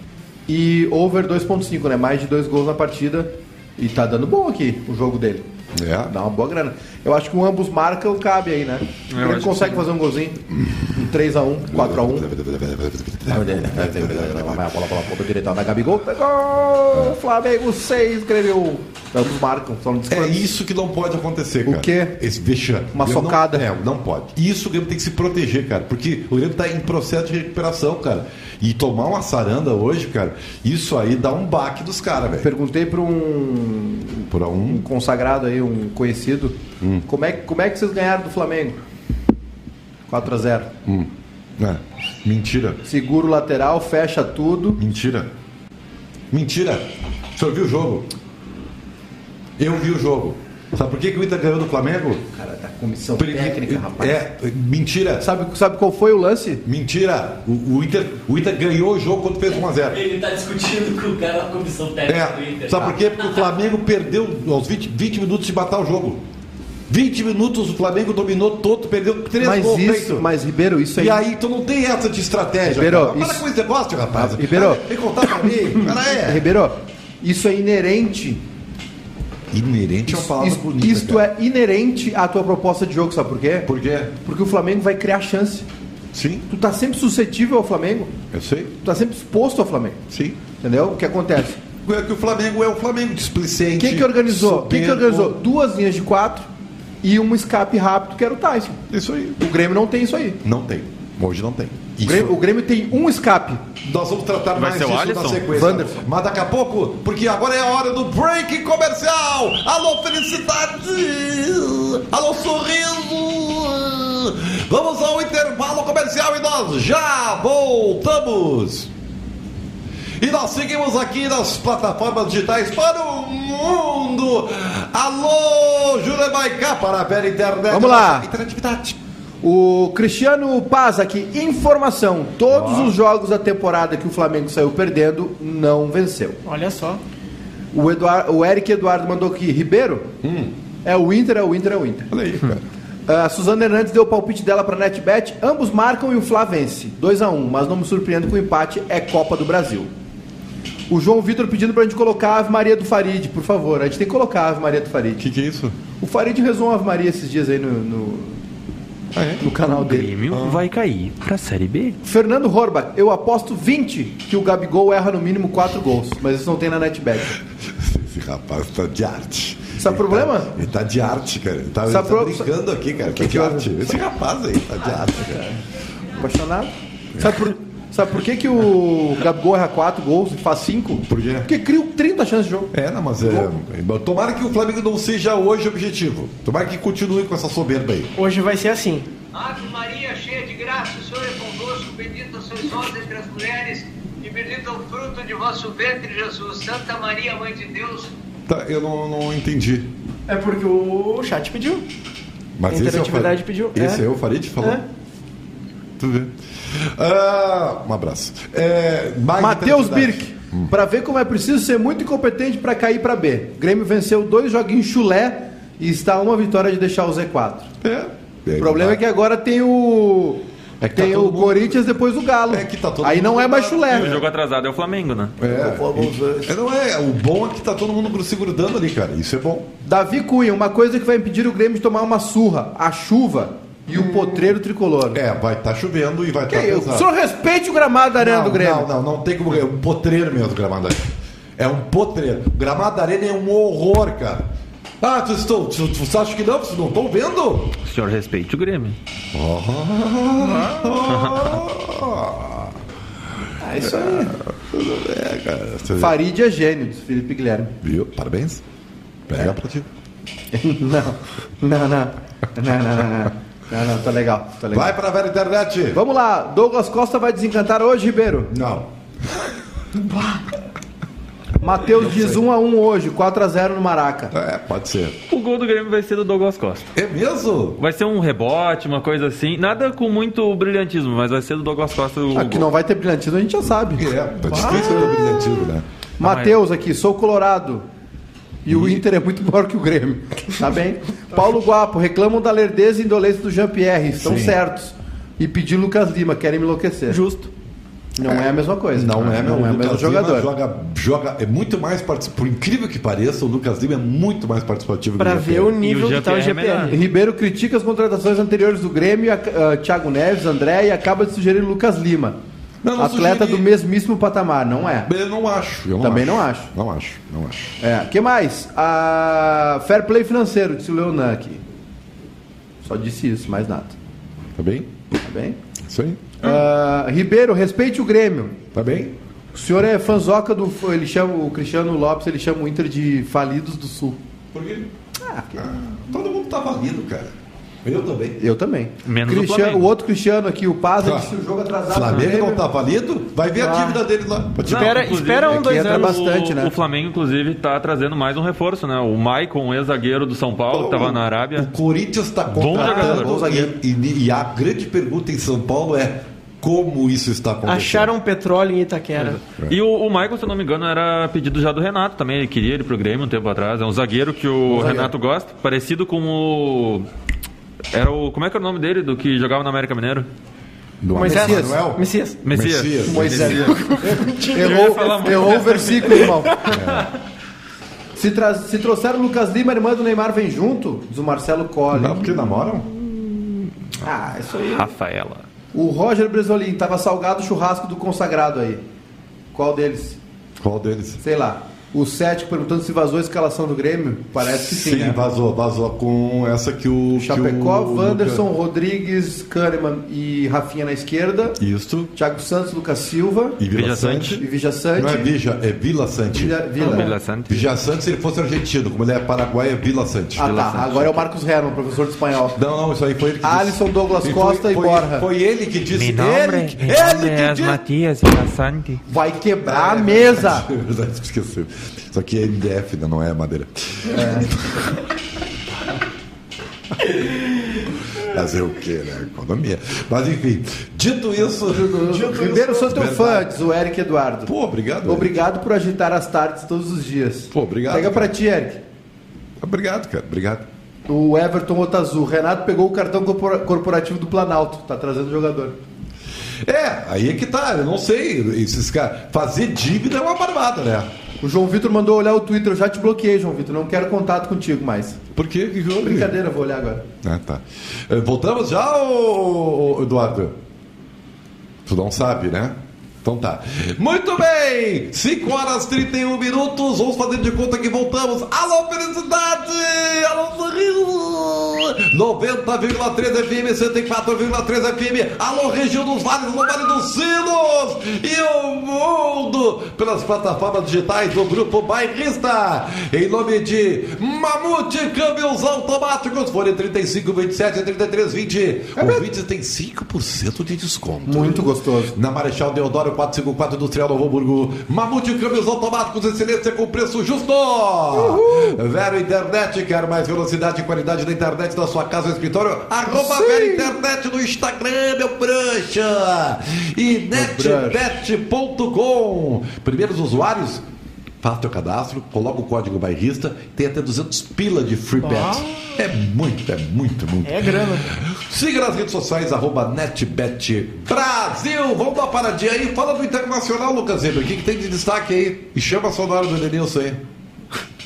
Speaker 2: e over 2.5, né? Mais de dois gols na partida. E tá dando bom aqui o jogo dele.
Speaker 1: É.
Speaker 2: Ah, Dá uma boa grana. Eu acho que um ambos marcam cabe aí, né?
Speaker 4: É, Eu
Speaker 2: Ele
Speaker 4: acho que
Speaker 2: consegue fazer um golzinho. Um 3x1, 4x1.
Speaker 6: Vai, bola, bola, bola direita.
Speaker 2: Tá na Gabigol, pegou! É. Flamengo 6, Grêmio. um. Ambos marcam, só não
Speaker 1: É
Speaker 2: descansa.
Speaker 1: isso que não pode acontecer,
Speaker 2: O
Speaker 1: cara.
Speaker 2: quê?
Speaker 1: Esse vexame.
Speaker 2: Uma
Speaker 1: Eu
Speaker 2: socada.
Speaker 1: Não, é, não pode. Isso o Grêmio tem que se proteger, cara. Porque o Grêmio tá em processo de recuperação, cara. E tomar uma saranda hoje, cara, isso aí dá um baque dos caras, velho.
Speaker 2: Perguntei para um,
Speaker 1: Por
Speaker 2: um
Speaker 1: um.
Speaker 2: consagrado aí, um conhecido,
Speaker 6: Hum.
Speaker 2: como, é, que- como é que vocês ganharam do Flamengo? 4x0.
Speaker 1: É. Mentira.
Speaker 2: Segura o lateral, fecha tudo.
Speaker 1: Mentira. Mentira. O senhor viu o jogo? Eu vi o jogo. Sabe por que, que o Inter ganhou do Flamengo?
Speaker 6: Cara, da comissão
Speaker 1: Pri-
Speaker 6: técnica, rapaz.
Speaker 1: É, mentira.
Speaker 2: Sabe, sabe qual foi o lance?
Speaker 1: Mentira. O, o Inter, o Inter ganhou o jogo quando fez 1x0.
Speaker 5: Ele tá discutindo com o cara na comissão técnica do
Speaker 1: É,
Speaker 5: Inter.
Speaker 1: sabe por quê? Porque o Flamengo perdeu aos 20, 20 minutos de matar o jogo. 20 minutos o Flamengo dominou todo, perdeu 3
Speaker 2: Mas
Speaker 1: gols
Speaker 2: isso,
Speaker 1: feitos.
Speaker 2: mas Ribeiro, isso é aí.
Speaker 1: E aí, tu não tem essa de estratégia.
Speaker 2: Ribeiro,
Speaker 1: cara. Para
Speaker 2: isso-
Speaker 1: com esse negócio, rapaz.
Speaker 2: Ribeiro.
Speaker 1: Cara, Vem contar pra mim. Cara, é.
Speaker 2: Ribeiro, isso é inerente.
Speaker 1: Inerente é uma palavra
Speaker 2: Isso-
Speaker 1: bonita.
Speaker 2: isto é inerente à tua proposta de jogo, sabe por quê?
Speaker 1: Por quê?
Speaker 2: Porque o Flamengo vai criar chance.
Speaker 1: Sim,
Speaker 2: Tu tá sempre suscetível ao Flamengo,
Speaker 1: eu sei.
Speaker 2: tu tá sempre exposto ao Flamengo.
Speaker 1: Sim.
Speaker 2: Entendeu? O que acontece?
Speaker 1: É que o Flamengo é o Flamengo displicente.
Speaker 2: Quem que organizou? Quem que
Speaker 1: soberbo.
Speaker 2: organizou? Duas linhas de quatro e um escape rápido que era o Tyson.
Speaker 1: Isso aí.
Speaker 2: O Grêmio não tem isso aí.
Speaker 1: Não tem. Hoje não tem.
Speaker 2: O Grêmio, o Grêmio tem um escape.
Speaker 1: Nós vamos tratar
Speaker 4: Vai
Speaker 1: mais
Speaker 4: ser o
Speaker 1: disso na
Speaker 4: Alisson?
Speaker 1: sequência.
Speaker 2: Wanderson.
Speaker 1: Mas daqui a pouco, porque agora é a hora do break comercial. Alô, felicidade! Alô, sorriso! Vamos ao intervalo comercial e nós já voltamos! E nós seguimos aqui nas plataformas digitais para o mundo! Alô, Juremaicá, para a velha internet!
Speaker 2: Vamos lá.
Speaker 1: Interatividade!
Speaker 2: O Cristiano Paz aqui, informação: todos os jogos da temporada que o Flamengo saiu perdendo, não venceu.
Speaker 3: Olha só.
Speaker 2: O, Eduar- o Eric Eduardo mandou aqui: Ribeiro? É o Inter, é o Inter, é o Inter.
Speaker 1: Olha aí, cara.
Speaker 2: A Suzana Hernandes deu o palpite dela para NetBet. Ambos marcam e o Flá vence. 2x1, mas não me surpreendo que o empate é Copa do Brasil. O João Vitor pedindo pra gente colocar a Ave Maria do Farid, por favor. A gente tem que colocar a Ave Maria do Farid.
Speaker 1: que é isso?
Speaker 2: O Farid rezou uma Ave Maria esses dias aí no, no, no canal dele.
Speaker 4: vai cair pra Série B.
Speaker 2: Fernando Horbach, eu aposto 20 que o Gabigol erra no mínimo 4 gols, mas isso não tem na NetBet.
Speaker 1: Esse rapaz tá de arte.
Speaker 2: Sabe o
Speaker 1: Ele
Speaker 2: problema?
Speaker 1: tá- ele tá de arte, cara. Ele tá, ele tá
Speaker 2: Sabe pro-
Speaker 1: brincando aqui, cara. Tá
Speaker 2: Que
Speaker 1: de
Speaker 2: que houve?
Speaker 1: arte. Esse rapaz aí tá de arte, cara.
Speaker 2: Apaixonado. Sabe por, sabe por que, que o Gabigol erra 4 gols e faz 5?
Speaker 1: Por quê?
Speaker 2: Porque cria 30 chances de jogo.
Speaker 1: É, não, mas é, tomara que o Flamengo não seja hoje o objetivo. Tomara que continue com essa soberba aí.
Speaker 3: Hoje vai ser assim.
Speaker 7: Ave Maria, cheia de graça, o Senhor é convosco, bendita sois vós entre as mulheres, e bendito é o fruto de vosso ventre, Jesus. Santa Maria, Mãe de Deus,
Speaker 1: Tá, eu não, não entendi.
Speaker 3: É porque o chat pediu.
Speaker 1: Mas esse eu faria.
Speaker 3: Interatividade pediu,
Speaker 1: Esse
Speaker 3: é.
Speaker 1: eu faria de falar.
Speaker 3: É.
Speaker 1: Tu vê. Ah, um abraço. É, mais
Speaker 2: Matheus
Speaker 1: interatividade.
Speaker 2: Birk. Pra ver como é preciso ser muito incompetente pra cair pra B. O Grêmio venceu dois joguinhos chulé e está a uma vitória de deixar o Z4.
Speaker 1: É.
Speaker 2: O problema é que agora tem o.
Speaker 1: É que tá
Speaker 2: tem
Speaker 1: todo
Speaker 2: o
Speaker 1: mundo-
Speaker 2: Corinthians depois o Galo.
Speaker 1: É que tá todo
Speaker 2: Aí não
Speaker 1: mundo-
Speaker 2: é mais
Speaker 4: E o
Speaker 2: chulé.
Speaker 4: jogo atrasado é o Flamengo, né?
Speaker 1: É, não é, o bom é que tá todo mundo se grudando ali, cara. Isso é bom.
Speaker 2: Davi Cunha, uma coisa que vai impedir o Grêmio de tomar uma surra: a chuva e o potreiro tricolor.
Speaker 1: É, vai estar chovendo e vai estar
Speaker 2: Que isso?
Speaker 1: pesado.
Speaker 2: O senhor respeite o gramado da arena
Speaker 1: não,
Speaker 2: do Grêmio.
Speaker 1: Não, não, não tem como. É um potreiro mesmo o gramado da arena. É um potreiro. O gramado da arena é um horror, cara. Ah, tu, tu, tu, tu, tu acha que não? Vocês não estão vendo?
Speaker 4: O senhor respeite o Grêmio.
Speaker 1: Ah,
Speaker 2: É isso aí.
Speaker 1: é, cara. Você
Speaker 2: Farid é gênio, diz Felipe Guilherme.
Speaker 1: Viu? Parabéns. Pega pra ti.
Speaker 2: Não, não, não. Não, não, não, não. Não, não, tá legal, tá legal.
Speaker 1: Vai pra velha internet.
Speaker 2: Vamos lá, Douglas Costa vai desencantar hoje, Ribeiro.
Speaker 1: Não.
Speaker 2: Matheus diz 1x1 hoje, 4x0 no Maraca.
Speaker 1: É, pode ser.
Speaker 4: O gol do Grêmio vai ser do Douglas Costa.
Speaker 1: É mesmo?
Speaker 4: Vai ser um rebote, uma coisa assim. Nada com muito brilhantismo, mas vai ser do Douglas Costa. O
Speaker 2: Aqui
Speaker 4: gol.
Speaker 2: não vai ter brilhantismo, a gente já sabe.
Speaker 1: É, tá
Speaker 2: Ah.
Speaker 1: difícil do brilhantismo, né?
Speaker 2: Matheus aqui, sou colorado. E o Inter é muito maior que o Grêmio. Tá bem? Paulo Guapo, reclamam da lerdeza e indolência do Jean-Pierre. Estão certos. E pedir Lucas Lima, querem me enlouquecer. Justo. Não é, a mesma coisa.
Speaker 1: Não é, meu.
Speaker 2: não é o
Speaker 1: Lucas
Speaker 2: mesmo
Speaker 1: Lima
Speaker 2: jogador.
Speaker 1: Joga, joga, é muito mais participativo. Por incrível que pareça, o Lucas Lima é muito mais participativo
Speaker 3: Pra
Speaker 1: que o
Speaker 3: ver
Speaker 1: Jean-Pierre.
Speaker 3: o nível
Speaker 4: E o
Speaker 3: que tá o
Speaker 4: GPR é
Speaker 3: GPR.
Speaker 2: Ribeiro critica as contratações anteriores do Grêmio, ah, Thiago Neves, André, e acaba de sugerir Lucas Lima.
Speaker 1: Não, não
Speaker 2: Atleta
Speaker 1: sugeri.
Speaker 2: do mesmíssimo patamar, não é?
Speaker 1: Eu não acho. eu
Speaker 2: Também não acho.
Speaker 1: Não acho, não acho.
Speaker 2: É, que mais? Ah, fair play financeiro, disse o Leonan aqui. Só disse isso, mais nada.
Speaker 1: Tá bem?
Speaker 2: Tá bem?
Speaker 1: Isso aí.
Speaker 2: Ah, Ribeiro, respeite o Grêmio.
Speaker 1: Tá bem?
Speaker 2: O senhor é fanzoca do. Ele chama, o Cristiano Lopes, ele chama o Inter de Falidos do Sul.
Speaker 1: Por quê?
Speaker 2: Ah,
Speaker 1: Todo mundo tá valido, cara. Eu também.
Speaker 2: Eu também.
Speaker 4: Menos o
Speaker 2: Cristiano-
Speaker 4: Flamengo.
Speaker 2: o outro Cristiano aqui, o Paz,
Speaker 1: Tá.
Speaker 2: ele disse o jogo atrasado.
Speaker 1: Flamengo
Speaker 2: Grêmio.
Speaker 1: não tá valido? Vai ver a
Speaker 2: Ah.
Speaker 1: dívida dele lá. Pode
Speaker 4: Não,
Speaker 3: Espera,
Speaker 4: inclusive,
Speaker 3: espera
Speaker 2: é
Speaker 3: um,
Speaker 2: que
Speaker 3: dois
Speaker 2: entra
Speaker 3: anos.
Speaker 2: bastante. né?
Speaker 4: O Flamengo, inclusive, tá trazendo mais um reforço, né? O Maicon, ex-zagueiro do São Paulo, que tava na
Speaker 1: O
Speaker 4: Arábia.
Speaker 1: Corinthians está
Speaker 4: jogador,
Speaker 1: contratando
Speaker 4: bom
Speaker 2: zagueiro.
Speaker 1: e, e- e a grande pergunta em São Paulo é como isso está acontecendo.
Speaker 3: Acharam petróleo em Itaquera.
Speaker 4: E o, o Maicon, se eu não me engano, era pedido já do Renato também. Ele queria ele pro Grêmio um tempo atrás. É um zagueiro que o Renato gosta, parecido com o. Era o. Como é que era o nome dele? Do que jogava na América Mineiro?
Speaker 1: do
Speaker 3: Moisés.
Speaker 1: Manuel?
Speaker 3: Messias.
Speaker 4: Messias.
Speaker 1: Messias.
Speaker 2: Moisés.
Speaker 4: Eu ia
Speaker 2: errou
Speaker 4: falar muito
Speaker 2: errou o versículo, irmão.
Speaker 1: É.
Speaker 2: Se, tra- se trouxer o Lucas Lima, a irmã do Neymar vem junto, diz o Marcelo Colli.
Speaker 1: Não, porque namoram?
Speaker 2: Ah, isso aí.
Speaker 4: Rafaela.
Speaker 2: O Roger Bresolim, tava salgado o churrasco do consagrado aí. Qual deles?
Speaker 1: Qual deles?
Speaker 2: Sei lá. O Cético perguntando se vazou a escalação do Grêmio. Parece que sim. né?
Speaker 1: vazou, vazou com essa que o. que
Speaker 2: Chapecó,
Speaker 1: o-
Speaker 2: Wanderson, Rodrigues, Kahneman e Rafinha na esquerda.
Speaker 1: Isso.
Speaker 2: Thiago Santos, Lucas Silva
Speaker 1: E Vila,
Speaker 4: Vila
Speaker 1: Sante.
Speaker 2: e Vija Sante.
Speaker 1: Não é Vija, é Vila Sante.
Speaker 2: Vila- Vila.
Speaker 4: Vila Sante.
Speaker 1: Vija Sante, se ele fosse argentino, como ele é paraguaio, é Vila Sante.
Speaker 2: Ah tá, agora é o Marcos Herman, professor de espanhol.
Speaker 1: Não, não, isso aí foi ele que disse.
Speaker 2: Alisson, Douglas
Speaker 1: E
Speaker 2: Costa e
Speaker 1: foi,
Speaker 2: Borja.
Speaker 1: Foi ele que disse. ele que, ele que disse.
Speaker 4: Matias Vilassante.
Speaker 2: Vai quebrar
Speaker 1: É
Speaker 2: a mesa!
Speaker 1: verdade, É verdade, esqueci. Isso aqui é MDF, né? não é madeira.
Speaker 2: É.
Speaker 1: Fazer o quê, né? Economia. Mas enfim, dito isso. dito
Speaker 2: Primeiro,
Speaker 1: isso-
Speaker 2: sou teu fã,
Speaker 1: Verdade.
Speaker 2: diz o Eric Eduardo.
Speaker 1: Pô, obrigado.
Speaker 2: Obrigado por agitar as tardes todos os dias.
Speaker 1: Pô, obrigado,
Speaker 2: Pega
Speaker 1: cara.
Speaker 2: pra ti, Eric.
Speaker 1: Obrigado, cara. Obrigado.
Speaker 2: O Everton Otazul. Renato pegou o cartão corpora- corporativo do Planalto. Tá trazendo jogador.
Speaker 1: É, aí é que tá. Eu não sei. Esses caras. Fazer dívida é uma barbada, né?
Speaker 2: O João Vitor mandou olhar o Twitter. Eu já te bloqueei, João Vitor. Não quero contato contigo mais.
Speaker 1: Por quê? que? que houve?
Speaker 2: Brincadeira, vou olhar agora.
Speaker 1: Ah, tá. Eh, Voltamos já, ô, ô, Eduardo? Tu não sabe, né? Então tá. Muito bem! 5 horas e 31 minutos. Vamos fazer de conta que voltamos. Alô, felicidade! Alô, sorriso! 90,3 FM, 104,3 FM. Alô, região dos vales, alô, vale dos sinos! E o mundo pelas plataformas digitais do Grupo Bairrista. Em nome de Mamute Câmbios Automáticos. Fone 35, 27, 33, 20. Ouvintes tem 5% de desconto.
Speaker 2: Muito gostoso.
Speaker 1: Na Marechal Deodoro 0454 Industrial Novo Hamburgo. Mamute câmbios automáticos, excelência com preço justo. Vero Internet, quer mais velocidade e qualidade da internet da sua casa ou escritório? Arroba Vero Internet no Instagram, meu prancha. E netbet.com. Primeiros usuários, Faça teu cadastro, coloca o código bairrista, tem até 200 pila de free bet.
Speaker 2: Ah!
Speaker 1: É muito, é muito, muito.
Speaker 3: É grana.
Speaker 1: Siga nas redes sociais, arroba NetBet Brasil. Vamos dar uma paradinha aí. Fala do Internacional, Lucas Weber. O que, que tem de destaque aí? E chama a sonora do Edenilson aí.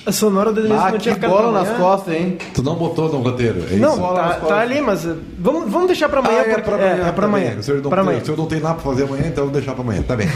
Speaker 3: A sonora do Denilson
Speaker 2: Ah,
Speaker 3: não
Speaker 2: que
Speaker 3: tinha ficado
Speaker 2: bola
Speaker 3: pra
Speaker 2: nas
Speaker 3: amanhã.
Speaker 2: costas, hein?
Speaker 1: Tu não botou no roteiro, é
Speaker 3: Não,
Speaker 1: isso?
Speaker 2: Bola nas
Speaker 3: tá,
Speaker 2: costas.
Speaker 3: tá ali, mas eh, vamos, vamos deixar pra amanhã.
Speaker 1: Ah, é pra
Speaker 3: porque-
Speaker 1: amanhã.
Speaker 3: É, é pra
Speaker 1: tá
Speaker 3: amanhã.
Speaker 1: bem. O senhor não,
Speaker 3: pra
Speaker 1: tem,
Speaker 3: amanhã.
Speaker 1: o senhor não tem nada pra fazer amanhã, então eu vou deixar pra amanhã. Tá bem.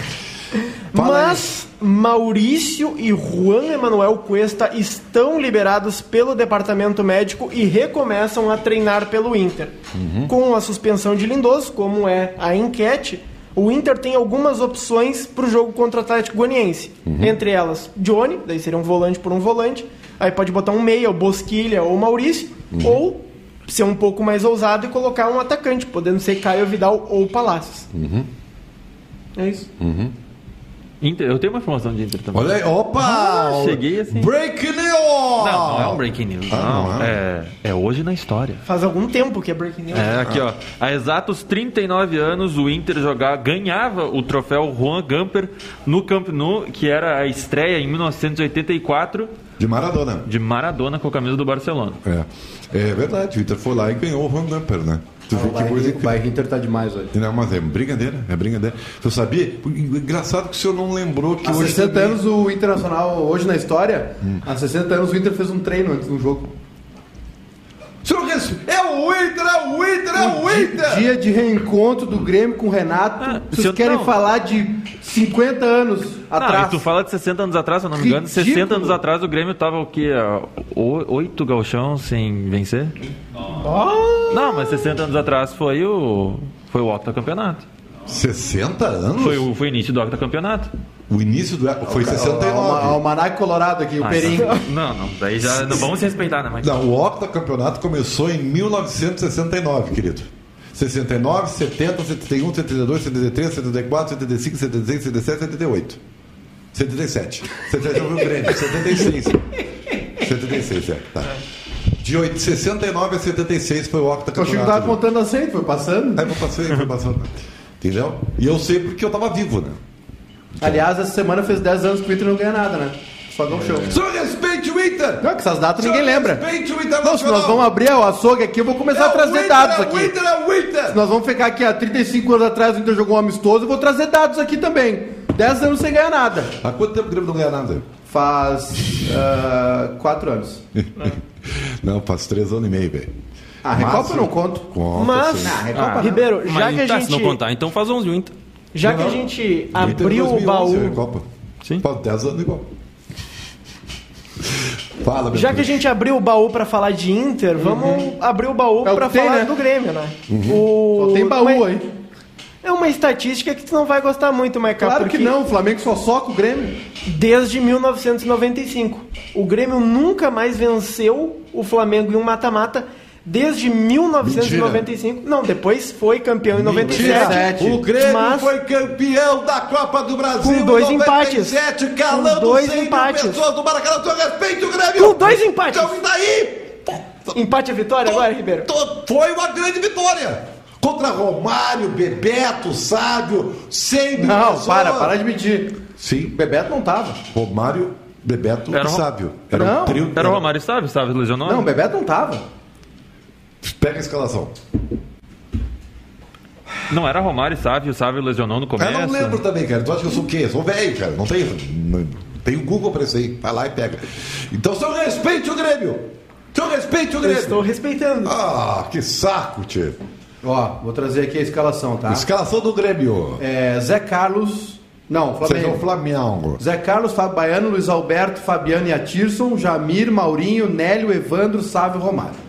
Speaker 1: Fala aí.
Speaker 3: Mas Maurício e Juan Emanuel Cuesta estão liberados pelo departamento médico e recomeçam a treinar pelo Inter.
Speaker 1: Uhum.
Speaker 3: Com a suspensão de Lindoso, como é a enquete, o Inter tem algumas opções para o jogo contra o Atlético Goianiense.
Speaker 1: Uhum.
Speaker 3: Entre elas, Johnny, daí seria um volante por um volante. Aí pode botar um meia, o Bosquilha ou Maurício.
Speaker 1: Uhum.
Speaker 3: Ou ser um pouco mais ousado e colocar um atacante, podendo ser Caio Vidal ou Palácios.
Speaker 1: Uhum.
Speaker 3: É isso.
Speaker 4: Inter, eu tenho uma informação de Inter também.
Speaker 1: Olha aí, opa!
Speaker 4: Ah, cheguei assim.
Speaker 1: Break News!
Speaker 4: Não, não é um breaking news.
Speaker 1: Ah,
Speaker 4: não.
Speaker 1: não
Speaker 4: é, é hoje na história.
Speaker 3: Faz algum tempo que é breaking news.
Speaker 4: É, aqui ó, há exatos 39 anos o Inter jogar, ganhava o troféu Juan Gamper no Camp Nou, que era a estreia em 1984
Speaker 1: De Maradona.
Speaker 4: de Maradona com a camisa do Barcelona.
Speaker 1: É. é verdade, o Inter foi lá e ganhou o Van Damper, né? Tu viu que coisa
Speaker 2: O
Speaker 1: incrível.
Speaker 2: Bayern Inter tá demais hoje.
Speaker 1: Não, mas é brincadeira, é brincadeira. Tu sabia? Engraçado que o senhor não lembrou que
Speaker 2: Há
Speaker 1: hoje.
Speaker 2: 60
Speaker 1: também-
Speaker 2: anos o Internacional, hoje na história,
Speaker 1: Hum.
Speaker 2: há 60 anos o Inter fez um treino antes do jogo.
Speaker 1: Senhor Reis, é o Inter, é o Inter, é o Inter!
Speaker 2: Dia de reencontro do Grêmio com o Renato.
Speaker 4: Ah,
Speaker 2: Vocês
Speaker 4: se eu-
Speaker 2: querem
Speaker 4: não.
Speaker 2: falar de 50 anos
Speaker 4: Ah, e
Speaker 2: atrás?
Speaker 4: tu fala de 60 anos atrás, se eu não me engano,
Speaker 2: Ridículo.
Speaker 4: 60 anos atrás o Grêmio tava o quê? Ah, o- Oito galchão sem vencer? Não, mas 60 anos atrás foi o. Foi o octacampeonato.
Speaker 1: 60 anos?
Speaker 4: Foi o, foi o início do octacampeonato.
Speaker 1: O início do. Foi
Speaker 2: O Alma-
Speaker 1: 69.
Speaker 2: Almanac Colorado aqui, o
Speaker 4: Ah,
Speaker 2: Perim.
Speaker 4: Não, não, daí já. Não vamos se respeitar, né, Mike?
Speaker 1: Não, o octacampeonato começou em 1969, querido. 69, 70, 71, 72, 73, 74, 75, 76, 77, 78. 77. 77 é o Rio Grande, 76. 76, é. Tá. De 8, 69 a 76 foi o
Speaker 2: O Chico
Speaker 1: octacampeonato.
Speaker 2: tava contando a sempre, foi passando.
Speaker 1: Aí eu passei, foi passando. Entendeu? E eu sei porque eu tava vivo, né?
Speaker 2: Aliás, essa semana fez 10 anos que o Inter não ganha nada, né? Só dá um show.
Speaker 1: Só respeite o Inter!
Speaker 2: Não, que essas datas ninguém lembra.
Speaker 1: Respeite o
Speaker 2: Não,
Speaker 1: Internacional!
Speaker 2: se nós vamos abrir o açougue aqui, eu vou começar a trazer dados aqui.
Speaker 1: O É Inter é o Inter!
Speaker 2: Se nós vamos ficar aqui há 35 anos atrás, o Inter jogou um amistoso, eu vou trazer dados aqui também. 10 anos sem ganhar nada.
Speaker 1: Há quanto tempo o Grêmio não ganha nada?
Speaker 2: Faz 4 anos.
Speaker 1: Não, faz três anos e meio, velho.
Speaker 2: Ah, Recopa eu não conto.
Speaker 1: Conta,
Speaker 3: Mas,
Speaker 1: sim.
Speaker 2: Recopa
Speaker 3: Ah,
Speaker 2: não.
Speaker 3: Ribeiro, já
Speaker 4: assim. Mas
Speaker 3: que a
Speaker 4: tá, se não
Speaker 3: gente,
Speaker 4: contar, então faz 11 o Inter.
Speaker 3: já que a
Speaker 1: Não,
Speaker 3: gente
Speaker 1: O Inter em
Speaker 3: abriu o
Speaker 1: 2011 é
Speaker 3: baú,
Speaker 1: Recopa.
Speaker 4: Sim.
Speaker 1: Faz dez anos igual. Fala, meu
Speaker 3: já que a gente abriu o baú para falar de Inter, vamos abrir o baú
Speaker 2: Uhum. É o
Speaker 3: para
Speaker 2: que tem,
Speaker 3: falar
Speaker 2: né? Uhum.
Speaker 3: do Grêmio, né? O-
Speaker 2: Só tem baú
Speaker 3: mas-
Speaker 2: aí.
Speaker 3: É uma estatística que tu não vai gostar muito, Maiká,
Speaker 2: Claro
Speaker 3: porque
Speaker 2: que não, o Flamengo só soca o Grêmio.
Speaker 3: desde 1995. O Grêmio nunca mais venceu o Flamengo em um mata-mata desde 1995. Não, depois foi campeão em 97.
Speaker 1: O Grêmio
Speaker 3: Mas-
Speaker 1: foi campeão da Copa do Brasil
Speaker 3: Com dois
Speaker 1: em 97,
Speaker 3: empates.
Speaker 1: calando
Speaker 3: Com dois
Speaker 1: 100 mil
Speaker 3: empates.
Speaker 1: pessoas do Maracanã. Tu respeita o Grêmio!
Speaker 3: Com dois empates.
Speaker 1: Então e daí?
Speaker 3: Empate a vitória agora, Ribeiro?
Speaker 1: To- Foi uma grande vitória. Contra Romário, Bebeto, Sábio, 100 mil
Speaker 2: Não,
Speaker 1: pessoas.
Speaker 2: para, para de mentir. O
Speaker 1: Sim,
Speaker 2: Bebeto não tava.
Speaker 1: Romário, Bebeto
Speaker 4: Era
Speaker 1: e um
Speaker 4: o-
Speaker 1: Sábio.
Speaker 2: Não,
Speaker 4: Era o Romário Sávio, Sávio lesionou?
Speaker 2: Não, o Bebeto não tava.
Speaker 1: Pega a escalação.
Speaker 4: Não, era Romário e Sávio, o Sávio lesionou no começo.
Speaker 1: Eu não lembro também, cara. Tu acha que eu sou o quê? Sou velho, cara. Não tem. não- Tem o Google pra isso aí. Vai lá e pega. Então, seu respeite o Grêmio! Seu respeite o
Speaker 3: Eu
Speaker 1: Grêmio!
Speaker 3: estou respeitando.
Speaker 1: Ah, que saco, tio.
Speaker 2: Ó, vou trazer aqui a escalação, tá?
Speaker 1: Escalação do Grêmio.
Speaker 2: É, Zé Carlos. Não,
Speaker 1: Seja
Speaker 2: Flamengo.
Speaker 1: o Flamengo.
Speaker 2: Zé Carlos, Fábio Baiano, Luiz Alberto, Fabiano e Atirson, Jamir, Maurinho, Nélio, Evandro, Sávio Romário.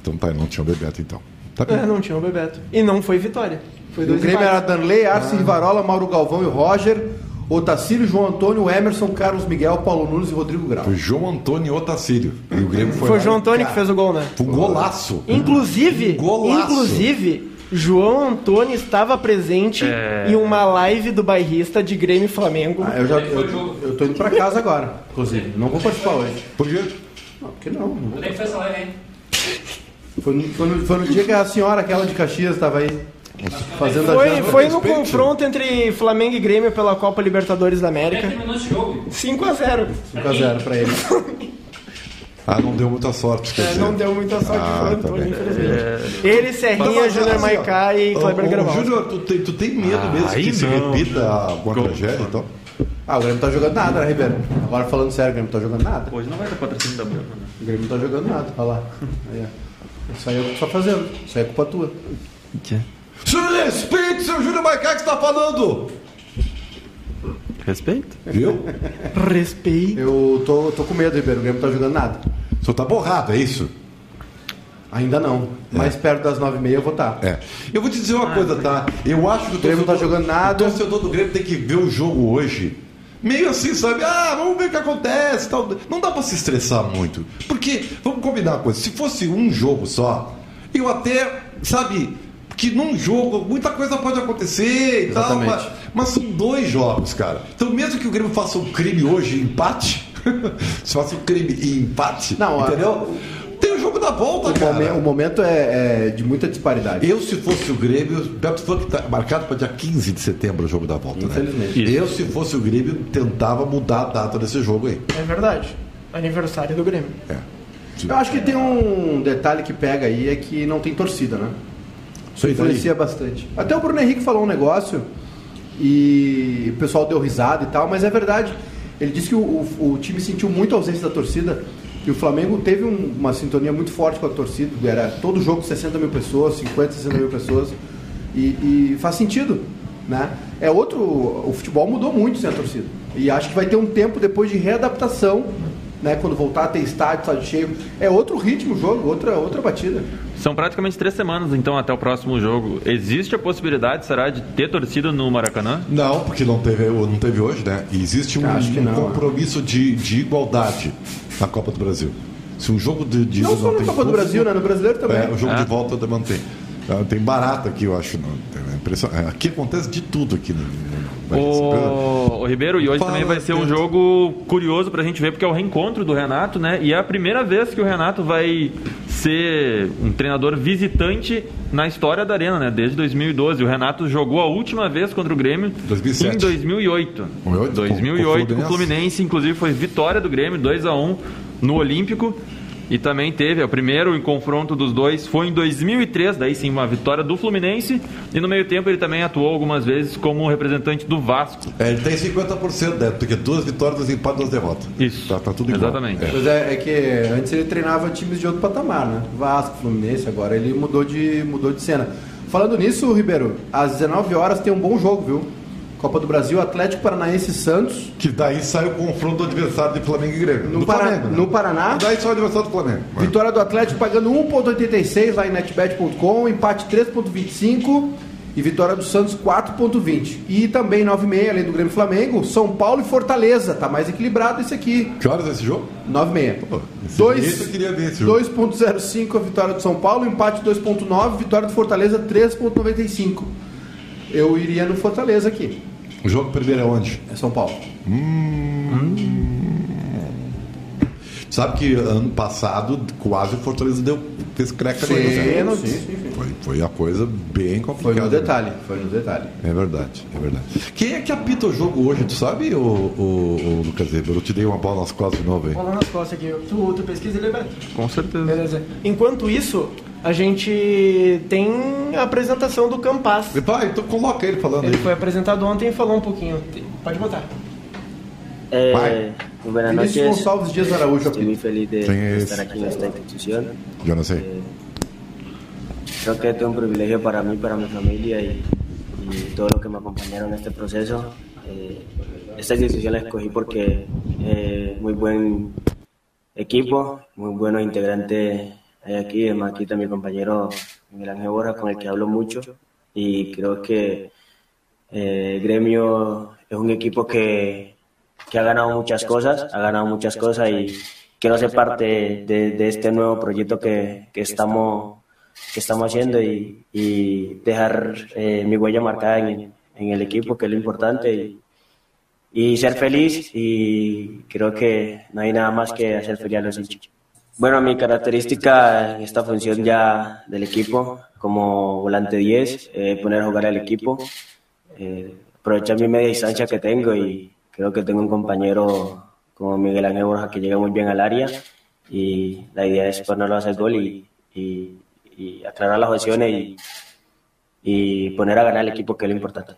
Speaker 1: Então tá, não tinha o Bebeto então. Tá bem.
Speaker 3: É, não tinha o Bebeto. E não foi vitória.
Speaker 2: E
Speaker 3: Foi
Speaker 2: O
Speaker 3: dois
Speaker 2: Grêmio era
Speaker 3: empates.
Speaker 2: Danley, Arce Rivarola, Mauro Galvão e Roger, Otacílio, João Antônio, Emerson, Carlos Miguel, Paulo Nunes e Rodrigo Grau.
Speaker 1: Foi João Antônio e Otacílio. E o Grêmio foi.
Speaker 3: Foi o
Speaker 1: lá
Speaker 3: João
Speaker 1: e-
Speaker 3: Antônio que fez o gol, né?
Speaker 1: Foi um golaço.
Speaker 3: Inclusive,
Speaker 1: Golaço.
Speaker 3: inclusive, João Antônio estava presente
Speaker 4: É.
Speaker 3: em uma live do bairrista de Grêmio e
Speaker 1: é
Speaker 3: Flamengo.
Speaker 2: Ah, eu, já, eu, eu tô indo pra casa agora, inclusive. Não vou participar hoje.
Speaker 1: Por quê?
Speaker 2: Não, porque não. não vou.
Speaker 5: Onde é que foi essa live, hein?
Speaker 2: Foi no, foi no- foi no dia que a senhora, aquela de Caxias, tava aí fazendo a
Speaker 3: Foi,
Speaker 2: janta.
Speaker 3: foi no
Speaker 1: respeite.
Speaker 3: confronto entre Flamengo e Grêmio pela Copa Libertadores da
Speaker 5: Onde é que
Speaker 3: América.
Speaker 5: terminou esse jogo?
Speaker 3: 5 a 0
Speaker 2: 5x0 pra ele.
Speaker 1: Ah, não deu muita sorte, quer
Speaker 3: É,
Speaker 1: dizer.
Speaker 3: não deu muita sorte
Speaker 1: Ah,
Speaker 3: pro
Speaker 1: tá
Speaker 3: Antônio,
Speaker 1: bem.
Speaker 3: infelizmente. Ele,
Speaker 1: Mas,
Speaker 3: Serrinha,
Speaker 1: mas,
Speaker 3: Júnior
Speaker 1: assim, ó,
Speaker 3: Maicá e
Speaker 1: ô,
Speaker 3: Kleber
Speaker 1: ô,
Speaker 3: Gramal.
Speaker 1: Júnior, tu tem, tu tem medo mesmo
Speaker 4: Aí
Speaker 1: que se
Speaker 4: não,
Speaker 1: repita alguma
Speaker 4: Como?
Speaker 1: tragédia então? e tal?
Speaker 2: Ah, o Grêmio tá jogando nada, né, Ribeiro? Agora falando sério, o Grêmio tá jogando nada.
Speaker 4: Hoje não vai ter patrocínio da Brahma, né?
Speaker 2: O Grêmio não tá jogando nada, olha lá. Aí, ó. Isso aí é o que tu tá fazendo. Isso aí é culpa tua.
Speaker 1: Se respeite, seu Júnior Maicá que está falando!
Speaker 4: Respeito.
Speaker 1: Viu?
Speaker 3: Respeito.
Speaker 2: Eu tô, tô com medo, Ribeiro. O Grêmio não tá jogando nada.
Speaker 1: O senhor tá borrado, é isso?
Speaker 2: Ainda não. Mais perto das 9h30 eu vou estar.
Speaker 1: É. Eu vou te dizer uma coisa, tá? Eu acho que o
Speaker 2: O Grêmio não tá
Speaker 1: torcedor,
Speaker 2: jogando nada.
Speaker 1: o torcedor do Grêmio tem que ver o jogo hoje. Meio assim, sabe? Ah, vamos ver o que acontece. Tal. Não dá pra se estressar muito. Porque, vamos combinar uma coisa: se fosse um jogo só, eu até, sabe, que num jogo muita coisa pode acontecer e tal.
Speaker 2: Exatamente.
Speaker 1: Mas, mas são dois jogos, cara. Então, mesmo que o Grêmio faça um crime hoje e empate, se faça um crime e empate,
Speaker 2: Não, a-
Speaker 1: entendeu? Tem o jogo da volta,
Speaker 2: O,
Speaker 1: cara.
Speaker 2: momen- o momento é, é de muita disparidade.
Speaker 1: Eu, se fosse o Grêmio, Beto Funk está marcado para dia 15 de setembro o jogo da volta,
Speaker 2: Infelizmente.
Speaker 1: né? Eu, se fosse o Grêmio, tentava mudar a data desse jogo aí.
Speaker 3: É verdade. Aniversário do Grêmio.
Speaker 2: Eu acho que tem um detalhe que pega aí é que não tem torcida, né?
Speaker 1: Isso aí, tá aí.
Speaker 2: Influencia bastante. Até o Bruno Henrique falou um negócio e o pessoal deu risada e tal, mas é verdade. Ele disse que o, o- o time sentiu muito a ausência da torcida e o Flamengo teve um- uma sintonia muito forte com a torcida. Era todo jogo 60 mil pessoas, 50, 60 mil pessoas. E, e faz sentido, né? É outro... O futebol mudou muito sem a torcida. E acho que vai ter um tempo depois de readaptação, né? Quando voltar a ter estádio, estádio cheio. É outro ritmo o jogo, outra, outra batida.
Speaker 4: São praticamente três semanas, então, até o próximo jogo. Existe a possibilidade, será, de ter torcida no Maracanã?
Speaker 1: Não, porque não teve, não teve hoje, né? E existe um,
Speaker 2: Acho que
Speaker 1: um
Speaker 2: não,
Speaker 1: compromisso de, de igualdade na Copa do Brasil. Se um jogo de, de
Speaker 2: Não só na
Speaker 1: tem
Speaker 2: Copa
Speaker 1: público,
Speaker 2: do Brasil, né? No brasileiro também.
Speaker 1: É, o jogo
Speaker 4: É.
Speaker 1: de volta também não tem. Ah, Tem barata aqui, eu acho. Não, é impressão- é, aqui acontece de tudo aqui no, no, no
Speaker 4: O, Ribeiro, e
Speaker 1: né?
Speaker 4: hoje
Speaker 1: Fala,
Speaker 4: também vai ser um
Speaker 1: Pedro.
Speaker 4: jogo curioso pra gente ver, porque é o reencontro do Renato, né? E é a primeira vez que o Renato vai ser um treinador visitante na história da Arena, né? Desde 2012. O Renato jogou a última vez contra o Grêmio
Speaker 1: 2007.
Speaker 4: em 2008.
Speaker 1: 2008, com-
Speaker 4: 2008,
Speaker 1: com
Speaker 4: com
Speaker 1: o
Speaker 4: o Fluminense, inclusive foi vitória do Grêmio, 2 a 1 no Olímpico. E também teve, é, o primeiro em confronto dos dois foi em 2003, daí sim, uma vitória do Fluminense. E no meio tempo ele também atuou algumas vezes como representante do Vasco.
Speaker 1: É, ele tem 50%, né? Porque duas vitórias, dois empates, duas derrotas.
Speaker 4: Isso.
Speaker 1: Tá, tá tudo igual.
Speaker 4: Exatamente.
Speaker 1: É.
Speaker 2: Pois é, é que antes ele treinava times de outro patamar, né? Vasco, Fluminense, agora ele mudou de, mudou de cena. Falando nisso, Ribeiro, às 19 horas tem um bom jogo, viu? Copa do Brasil, Atlético Paranaense e Santos,
Speaker 1: Que daí sai o confronto do adversário de Flamengo e Grêmio.
Speaker 2: no,
Speaker 1: do
Speaker 2: Para-
Speaker 1: Flamengo, né?
Speaker 2: no Paraná.
Speaker 1: Daí sai o adversário do Flamengo.
Speaker 2: Vitória do Atlético pagando 1,86 lá em netbet.com, empate 3,25 e vitória do Santos 4,20. E também 9,6, além do Grêmio e Flamengo, São Paulo e Fortaleza. Tá mais equilibrado esse aqui.
Speaker 1: Que horas é esse jogo?
Speaker 2: 9,6.
Speaker 1: Pô, esse jeito eu queria ver esse jogo.
Speaker 2: 2.05 a vitória do São Paulo, empate 2.9, vitória do Fortaleza 3.95. Eu iria no Fortaleza aqui.
Speaker 1: O jogo primeiro é onde?
Speaker 2: É São Paulo.
Speaker 1: Sabe que ano passado quase o Fortaleza deu, fez creca ali. né?
Speaker 2: Sim, sim, sim, sim.
Speaker 1: Foi, foi uma coisa bem
Speaker 2: Foi
Speaker 1: complicada.
Speaker 2: no detalhe, foi no detalhe.
Speaker 1: É verdade, é verdade. Quem é que apita o jogo hoje? Tu sabe, o, o, Lucas Weber? Eu te dei uma bola nas costas de novo aí.
Speaker 3: Bola nas costas aqui. Tu, tu pesquisa e lembra.
Speaker 4: Com certeza.
Speaker 3: Beleza. Enquanto isso, a gente tem a apresentação do Campas.
Speaker 1: Vai, então coloca ele falando
Speaker 3: Ele
Speaker 1: aí.
Speaker 3: foi apresentado ontem e falou um pouquinho. Pode botar.
Speaker 8: Eh,
Speaker 1: Vai.
Speaker 8: muy buenas
Speaker 2: Vinícius
Speaker 8: noches. Eh,
Speaker 2: Gonçalves Dias Araújo
Speaker 8: Estoy muy
Speaker 2: aqui.
Speaker 8: feliz de
Speaker 1: ¿Quién es?
Speaker 8: estar aquí en esta institución. Eh,
Speaker 1: Eu não sei.
Speaker 8: Creo que este es un privilegio para mí, para mi familia y, y todos los que me acompañaron en este proceso. Eh, esta institución la escogí porque eh, muy buen equipo, muy buenos integrantes hay aquí. Además, aquí está mi compañero Miguel Ángel Borja, con el que hablo mucho. Y creo que eh, Gremio es un equipo que, que ha ganado muchas cosas, ha ganado muchas cosas y quiero ser parte de, de este nuevo proyecto que, que estamos que estamos haciendo y, y dejar eh, mi huella marcada en, en el equipo, que es lo importante, y, y ser feliz y creo que no hay nada más que hacer feliz a los hinchas. Bueno, mi característica en esta función ya del equipo como volante 10, eh, poner a jugar al equipo, eh, aprovechar mi media distancia que tengo y creo que tengo un compañero como Miguel Ángel Borja que llega muy bien al área y la idea es ponerlo a hacer gol y, y- y aclarar las opciones y, y poner a ganar al equipo que es lo importante.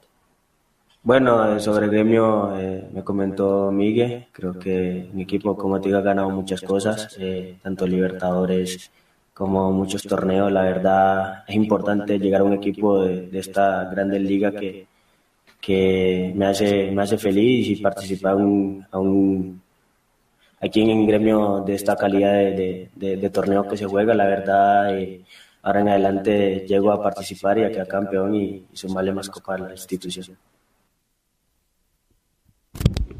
Speaker 8: Bueno, eh, sobre el gremio eh, me comentó Miguel, creo que mi equipo, como te digo, ha ganado muchas cosas, eh, tanto Libertadores como muchos torneos. La verdad es importante llegar a un equipo de, de esta grande liga que, que me, hace, me hace feliz y participar en un- a un, aquí en un gremio de esta calidad de, de- de- de torneo que se juega. La verdad, eh, ahora en adelante llego a participar y a quedar campeón y, y sumarle más copa a la institución.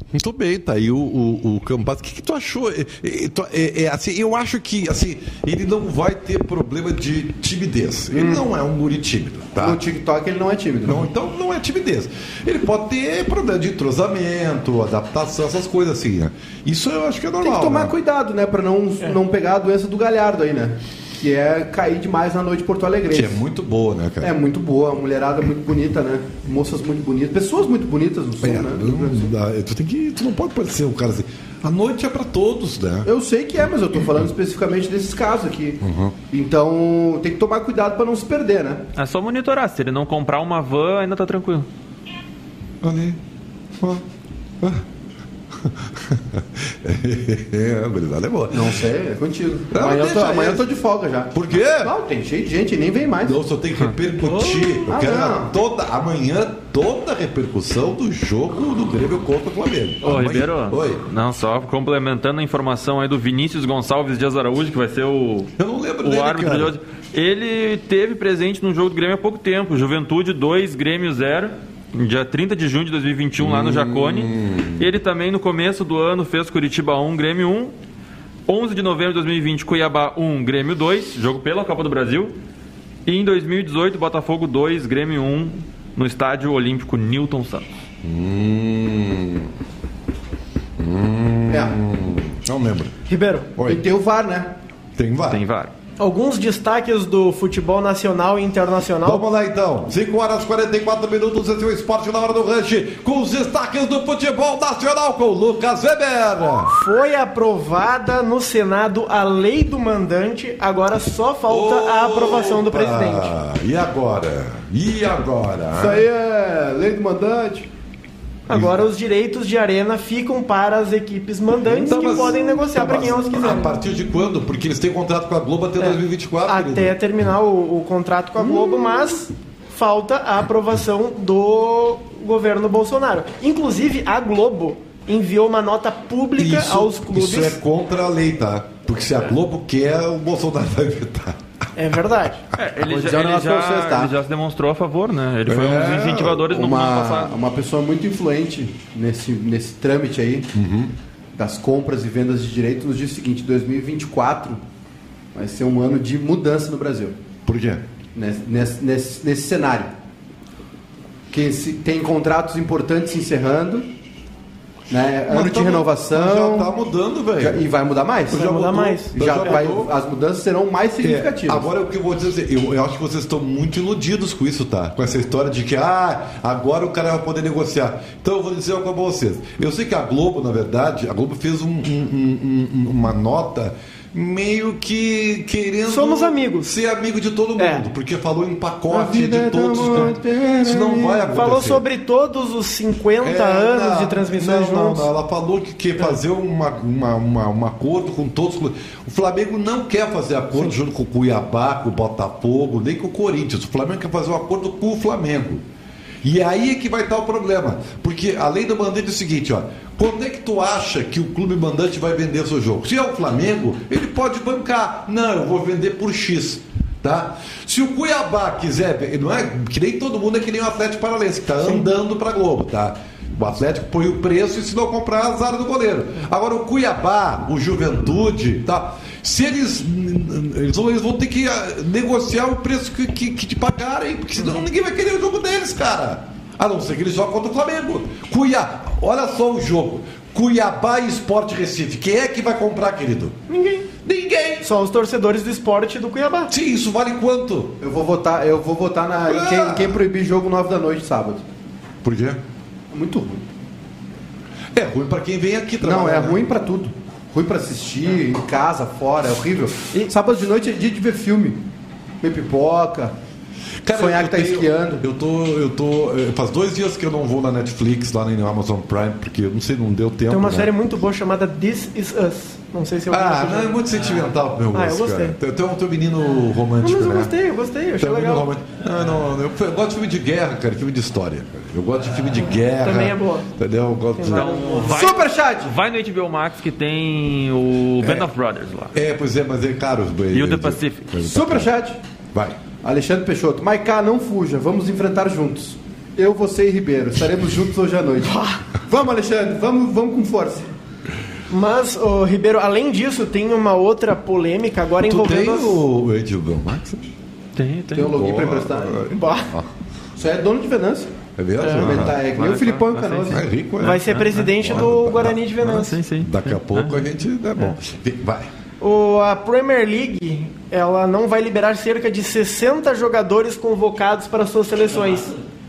Speaker 1: Muito bem, tá aí o, o, o Campas. O que, que tu achou? É, é, tu- é- é assim, eu acho que assim, ele não vai ter problema de timidez. Ele não é um guri tímido, tá?
Speaker 2: No TikTok ele não é tímido.
Speaker 1: Não, então não é timidez. Ele pode ter problema de entrosamento, adaptação, essas coisas assim, né? Isso eu acho que é normal.
Speaker 2: Tem que tomar
Speaker 1: né?
Speaker 2: cuidado, né? Pra não, não pegar a doença do Galhardo aí, né? Que é cair demais na noite porto alegre.
Speaker 1: Que é muito boa, né, cara?
Speaker 2: É muito boa, mulherada muito bonita, né? Moças muito bonitas, pessoas muito bonitas no sul,
Speaker 1: É,
Speaker 2: né?
Speaker 1: não dá- tu tem que. Tu não pode parecer um cara assim. A noite é pra todos, né?
Speaker 2: Eu sei que é, mas eu tô falando especificamente desses casos aqui. Então tem que tomar cuidado pra não se perder, né?
Speaker 4: É só monitorar. Se ele não comprar uma van, ainda tá tranquilo.
Speaker 1: Olha aí. Ó. Ó. é, a gurizada é boa.
Speaker 2: Não sei, é contigo.
Speaker 1: Não,
Speaker 2: amanhã eu tô,
Speaker 1: deixa
Speaker 2: amanhã
Speaker 1: aí.
Speaker 2: eu tô de folga já. Uhum.
Speaker 1: Por quê?
Speaker 2: Não, tem cheio de gente, nem vem mais.
Speaker 1: Não, só tem que repercutir. Eu
Speaker 2: Ah,
Speaker 1: quero
Speaker 2: não.
Speaker 1: toda, amanhã toda a repercussão do jogo do Grêmio contra o Flamengo.
Speaker 4: Ô,
Speaker 1: Amanhã-
Speaker 4: Ribeiro.
Speaker 1: Oi.
Speaker 4: Não, só complementando a informação aí do Vinícius Gonçalves Dias Araújo, que vai ser o.
Speaker 1: Eu não lembro
Speaker 4: O
Speaker 1: dele,
Speaker 4: árbitro
Speaker 1: cara.
Speaker 4: de hoje. Ele teve presente no jogo do Grêmio há pouco tempo. Juventude 2, Grêmio 0. Dia 30 de junho de 2021, lá no Jacone. Ele também, no começo do ano, fez Curitiba 1, Grêmio 1. 11 de novembro de 2020, Cuiabá 1, Grêmio 2. Jogo pela Copa do Brasil. E em 2018, Botafogo 2, Grêmio 1. No estádio olímpico Newton Santos.
Speaker 2: É.
Speaker 1: Não lembro.
Speaker 3: Ribeiro,
Speaker 2: E tem o VAR, né?
Speaker 1: Tem VAR.
Speaker 4: Tem VAR.
Speaker 3: alguns destaques do futebol nacional e internacional.
Speaker 1: Vamos lá então, 5 horas e 44 minutos. Esse é o esporte na hora do rush, com os destaques do futebol nacional, com o Lucas Weber.
Speaker 3: Foi aprovada no Senado a lei do mandante, agora só falta a aprovação do
Speaker 1: Opa!
Speaker 3: presidente.
Speaker 1: Ah, E agora? E agora?
Speaker 2: Isso aí é lei do mandante.
Speaker 3: Agora os direitos de arena ficam para as equipes mandantes
Speaker 1: Então,
Speaker 3: é que
Speaker 1: mas-
Speaker 3: podem negociar
Speaker 1: então,
Speaker 3: para quem
Speaker 1: mas
Speaker 3: elas quiserem. É.
Speaker 1: A partir de quando? Porque eles têm contrato com a Globo até 2024.
Speaker 3: Até
Speaker 1: querido. Hum.
Speaker 3: terminar o, o contrato com a Globo, mas falta a aprovação do governo Bolsonaro. Inclusive, a Globo enviou uma nota pública
Speaker 1: isso,
Speaker 3: aos clubes.
Speaker 1: Isso é contra a lei, tá? Porque se a Globo quer, o Bolsonaro vai vetar.
Speaker 3: é verdade.
Speaker 4: É, ele,
Speaker 2: Vou
Speaker 4: já,
Speaker 2: dizer um
Speaker 4: ele
Speaker 2: negócio pra
Speaker 4: já-
Speaker 2: vocês, tá?
Speaker 4: ele já se demonstrou a favor, né? Ele foi um
Speaker 1: É,
Speaker 4: dos incentivadores no ano
Speaker 2: uma,
Speaker 4: passado.
Speaker 2: uma pessoa muito influente nesse, nesse trâmite aí das compras e vendas de direitos nos diz o seguinte: 2024 vai ser um ano de mudança no Brasil,
Speaker 1: Por quê?
Speaker 2: nesse, nesse, nesse, nesse cenário. Quem se- tem contratos importantes se encerrando, né,
Speaker 1: Mas
Speaker 2: ano
Speaker 1: tá
Speaker 2: de
Speaker 1: mu-
Speaker 2: renovação
Speaker 1: Já tá mudando,
Speaker 2: já-
Speaker 1: velho.
Speaker 2: e vai mudar mais.
Speaker 3: Já mudar
Speaker 1: mudou,
Speaker 3: mais.
Speaker 2: Já vai-
Speaker 1: mudou.
Speaker 2: as mudanças serão mais
Speaker 1: É,
Speaker 2: significativas.
Speaker 1: agora o que eu vou dizer, assim, eu, eu acho que vocês estão muito iludidos com isso, tá? Com essa história de que, ah, agora o cara vai poder negociar. Então eu vou dizer algo pra vocês. Eu sei que a Globo, na verdade, a Globo fez um- um- um- um- uma nota meio que querendo
Speaker 3: Somos amigos.
Speaker 1: ser amigo de todo mundo,
Speaker 3: É.
Speaker 1: porque falou em
Speaker 2: A
Speaker 1: pacote
Speaker 2: vida
Speaker 1: de
Speaker 2: é
Speaker 1: todos os
Speaker 2: tão moderna,
Speaker 1: Isso não vai acontecer.
Speaker 3: Falou sobre todos os
Speaker 1: É,
Speaker 3: 50 anos
Speaker 1: não,
Speaker 3: de transmissões
Speaker 1: não, não,
Speaker 3: juntos.
Speaker 1: não, ela falou que quer fazer uma, uma, uma- um acordo com todos. os clubes. O Flamengo não quer fazer acordo junto com o Cuiabá, com o Botafogo, nem com o Corinthians. O Flamengo quer fazer um acordo com o Flamengo. E aí é que vai estar o problema. Porque a lei do mandante é o seguinte, ó. Quando é que tu acha que o clube mandante vai vender o seu jogo? Se é o Flamengo, ele pode bancar. Não, eu vou vender por X tá? Se o Cuiabá quiser, não é que nem todo mundo é que nem o Atlético Paranaense que tá andando para Globo, tá? O Atlético põe o preço e se não comprar, azar do goleiro. Agora o Cuiabá, o Juventude, tá? Se eles. Eles vão, eles vão ter que ah, negociar o preço que, que, que te pagarem, porque senão ninguém vai querer o jogo deles, cara. A não ser que eles jogam contra o Flamengo. Cuiabá, olha só o jogo. Cuiabá e Sport Recife. Quem é que vai comprar, querido?
Speaker 3: Ninguém.
Speaker 1: Ninguém!
Speaker 3: São os torcedores do esporte do Cuiabá.
Speaker 1: Sim, isso vale quanto?
Speaker 2: Eu vou votar, eu vou votar na, em quem, quem proibir jogo 9 da noite sábado.
Speaker 1: Por quê?
Speaker 2: Muito ruim.
Speaker 1: É ruim pra quem vem aqui trabalhar.
Speaker 2: Não, é
Speaker 1: né?
Speaker 2: ruim pra tudo. Ruim pra assistir, em casa, fora, é horrível. E sábado de noite é dia de ver filme. Ver pipoca. Sonhar
Speaker 1: eu
Speaker 2: que tá esquiando.
Speaker 1: Eu tô, eu tô. eh, Faz dois dias que eu não vou na Netflix, lá na Amazon Prime, porque eu não sei, não deu tempo.
Speaker 3: Tem uma
Speaker 1: né?
Speaker 3: série muito boa chamada This Is Us. Não sei se eu
Speaker 1: Ah, não, é muito sentimental pro meu
Speaker 3: Ah, eu
Speaker 1: gosto,
Speaker 3: gostei.
Speaker 1: cara. Tu é um teu menino romântico,
Speaker 3: mas eu
Speaker 1: né?
Speaker 3: gostei, eu gostei, eu
Speaker 1: Tu
Speaker 3: achei
Speaker 1: é um menino
Speaker 3: legal.
Speaker 1: romântico. Não, não, não, eu, eu gosto de filme de guerra, cara, filme de história. cara. Eu gosto de filme de guerra.
Speaker 3: Também é boa.
Speaker 1: Entendeu? Eu gosto de...
Speaker 4: Então, vai,
Speaker 2: Superchat!
Speaker 4: vai no HBO Max que tem o Band of Brothers lá.
Speaker 1: É, pois é, mas é caro.
Speaker 4: E o The Pacific.
Speaker 2: Superchat!
Speaker 1: Vai.
Speaker 2: Alexandre Peixoto. Maiká, não fuja, vamos enfrentar juntos. Eu, você e Ribeiro. Estaremos juntos hoje à noite. vamos, Alexandre, vamos, vamos com força.
Speaker 3: Mas, ô, Ribeiro, além disso, tem uma outra polêmica agora
Speaker 1: Tu tem
Speaker 3: envolvendo. as-
Speaker 1: o HBO Max?
Speaker 4: Tem,
Speaker 2: Tem um login pra
Speaker 1: Boa.
Speaker 2: emprestar.
Speaker 3: Bah,
Speaker 2: Isso aí é dono de Venâncio.
Speaker 1: É mesmo?
Speaker 2: Comentar, é que nem o Filipão em
Speaker 4: vai,
Speaker 2: Canoas.
Speaker 1: Ah, é rico, é.
Speaker 3: tá- Vai ser presidente
Speaker 1: Bora,
Speaker 3: do
Speaker 1: tá.
Speaker 3: Guarani de Venâncio.
Speaker 4: Ah, Sim, sim.
Speaker 1: Daqui a pouco a gente. É bom. Vai.
Speaker 3: O, a Premier League ela não vai liberar cerca de 60 jogadores convocados para suas seleções.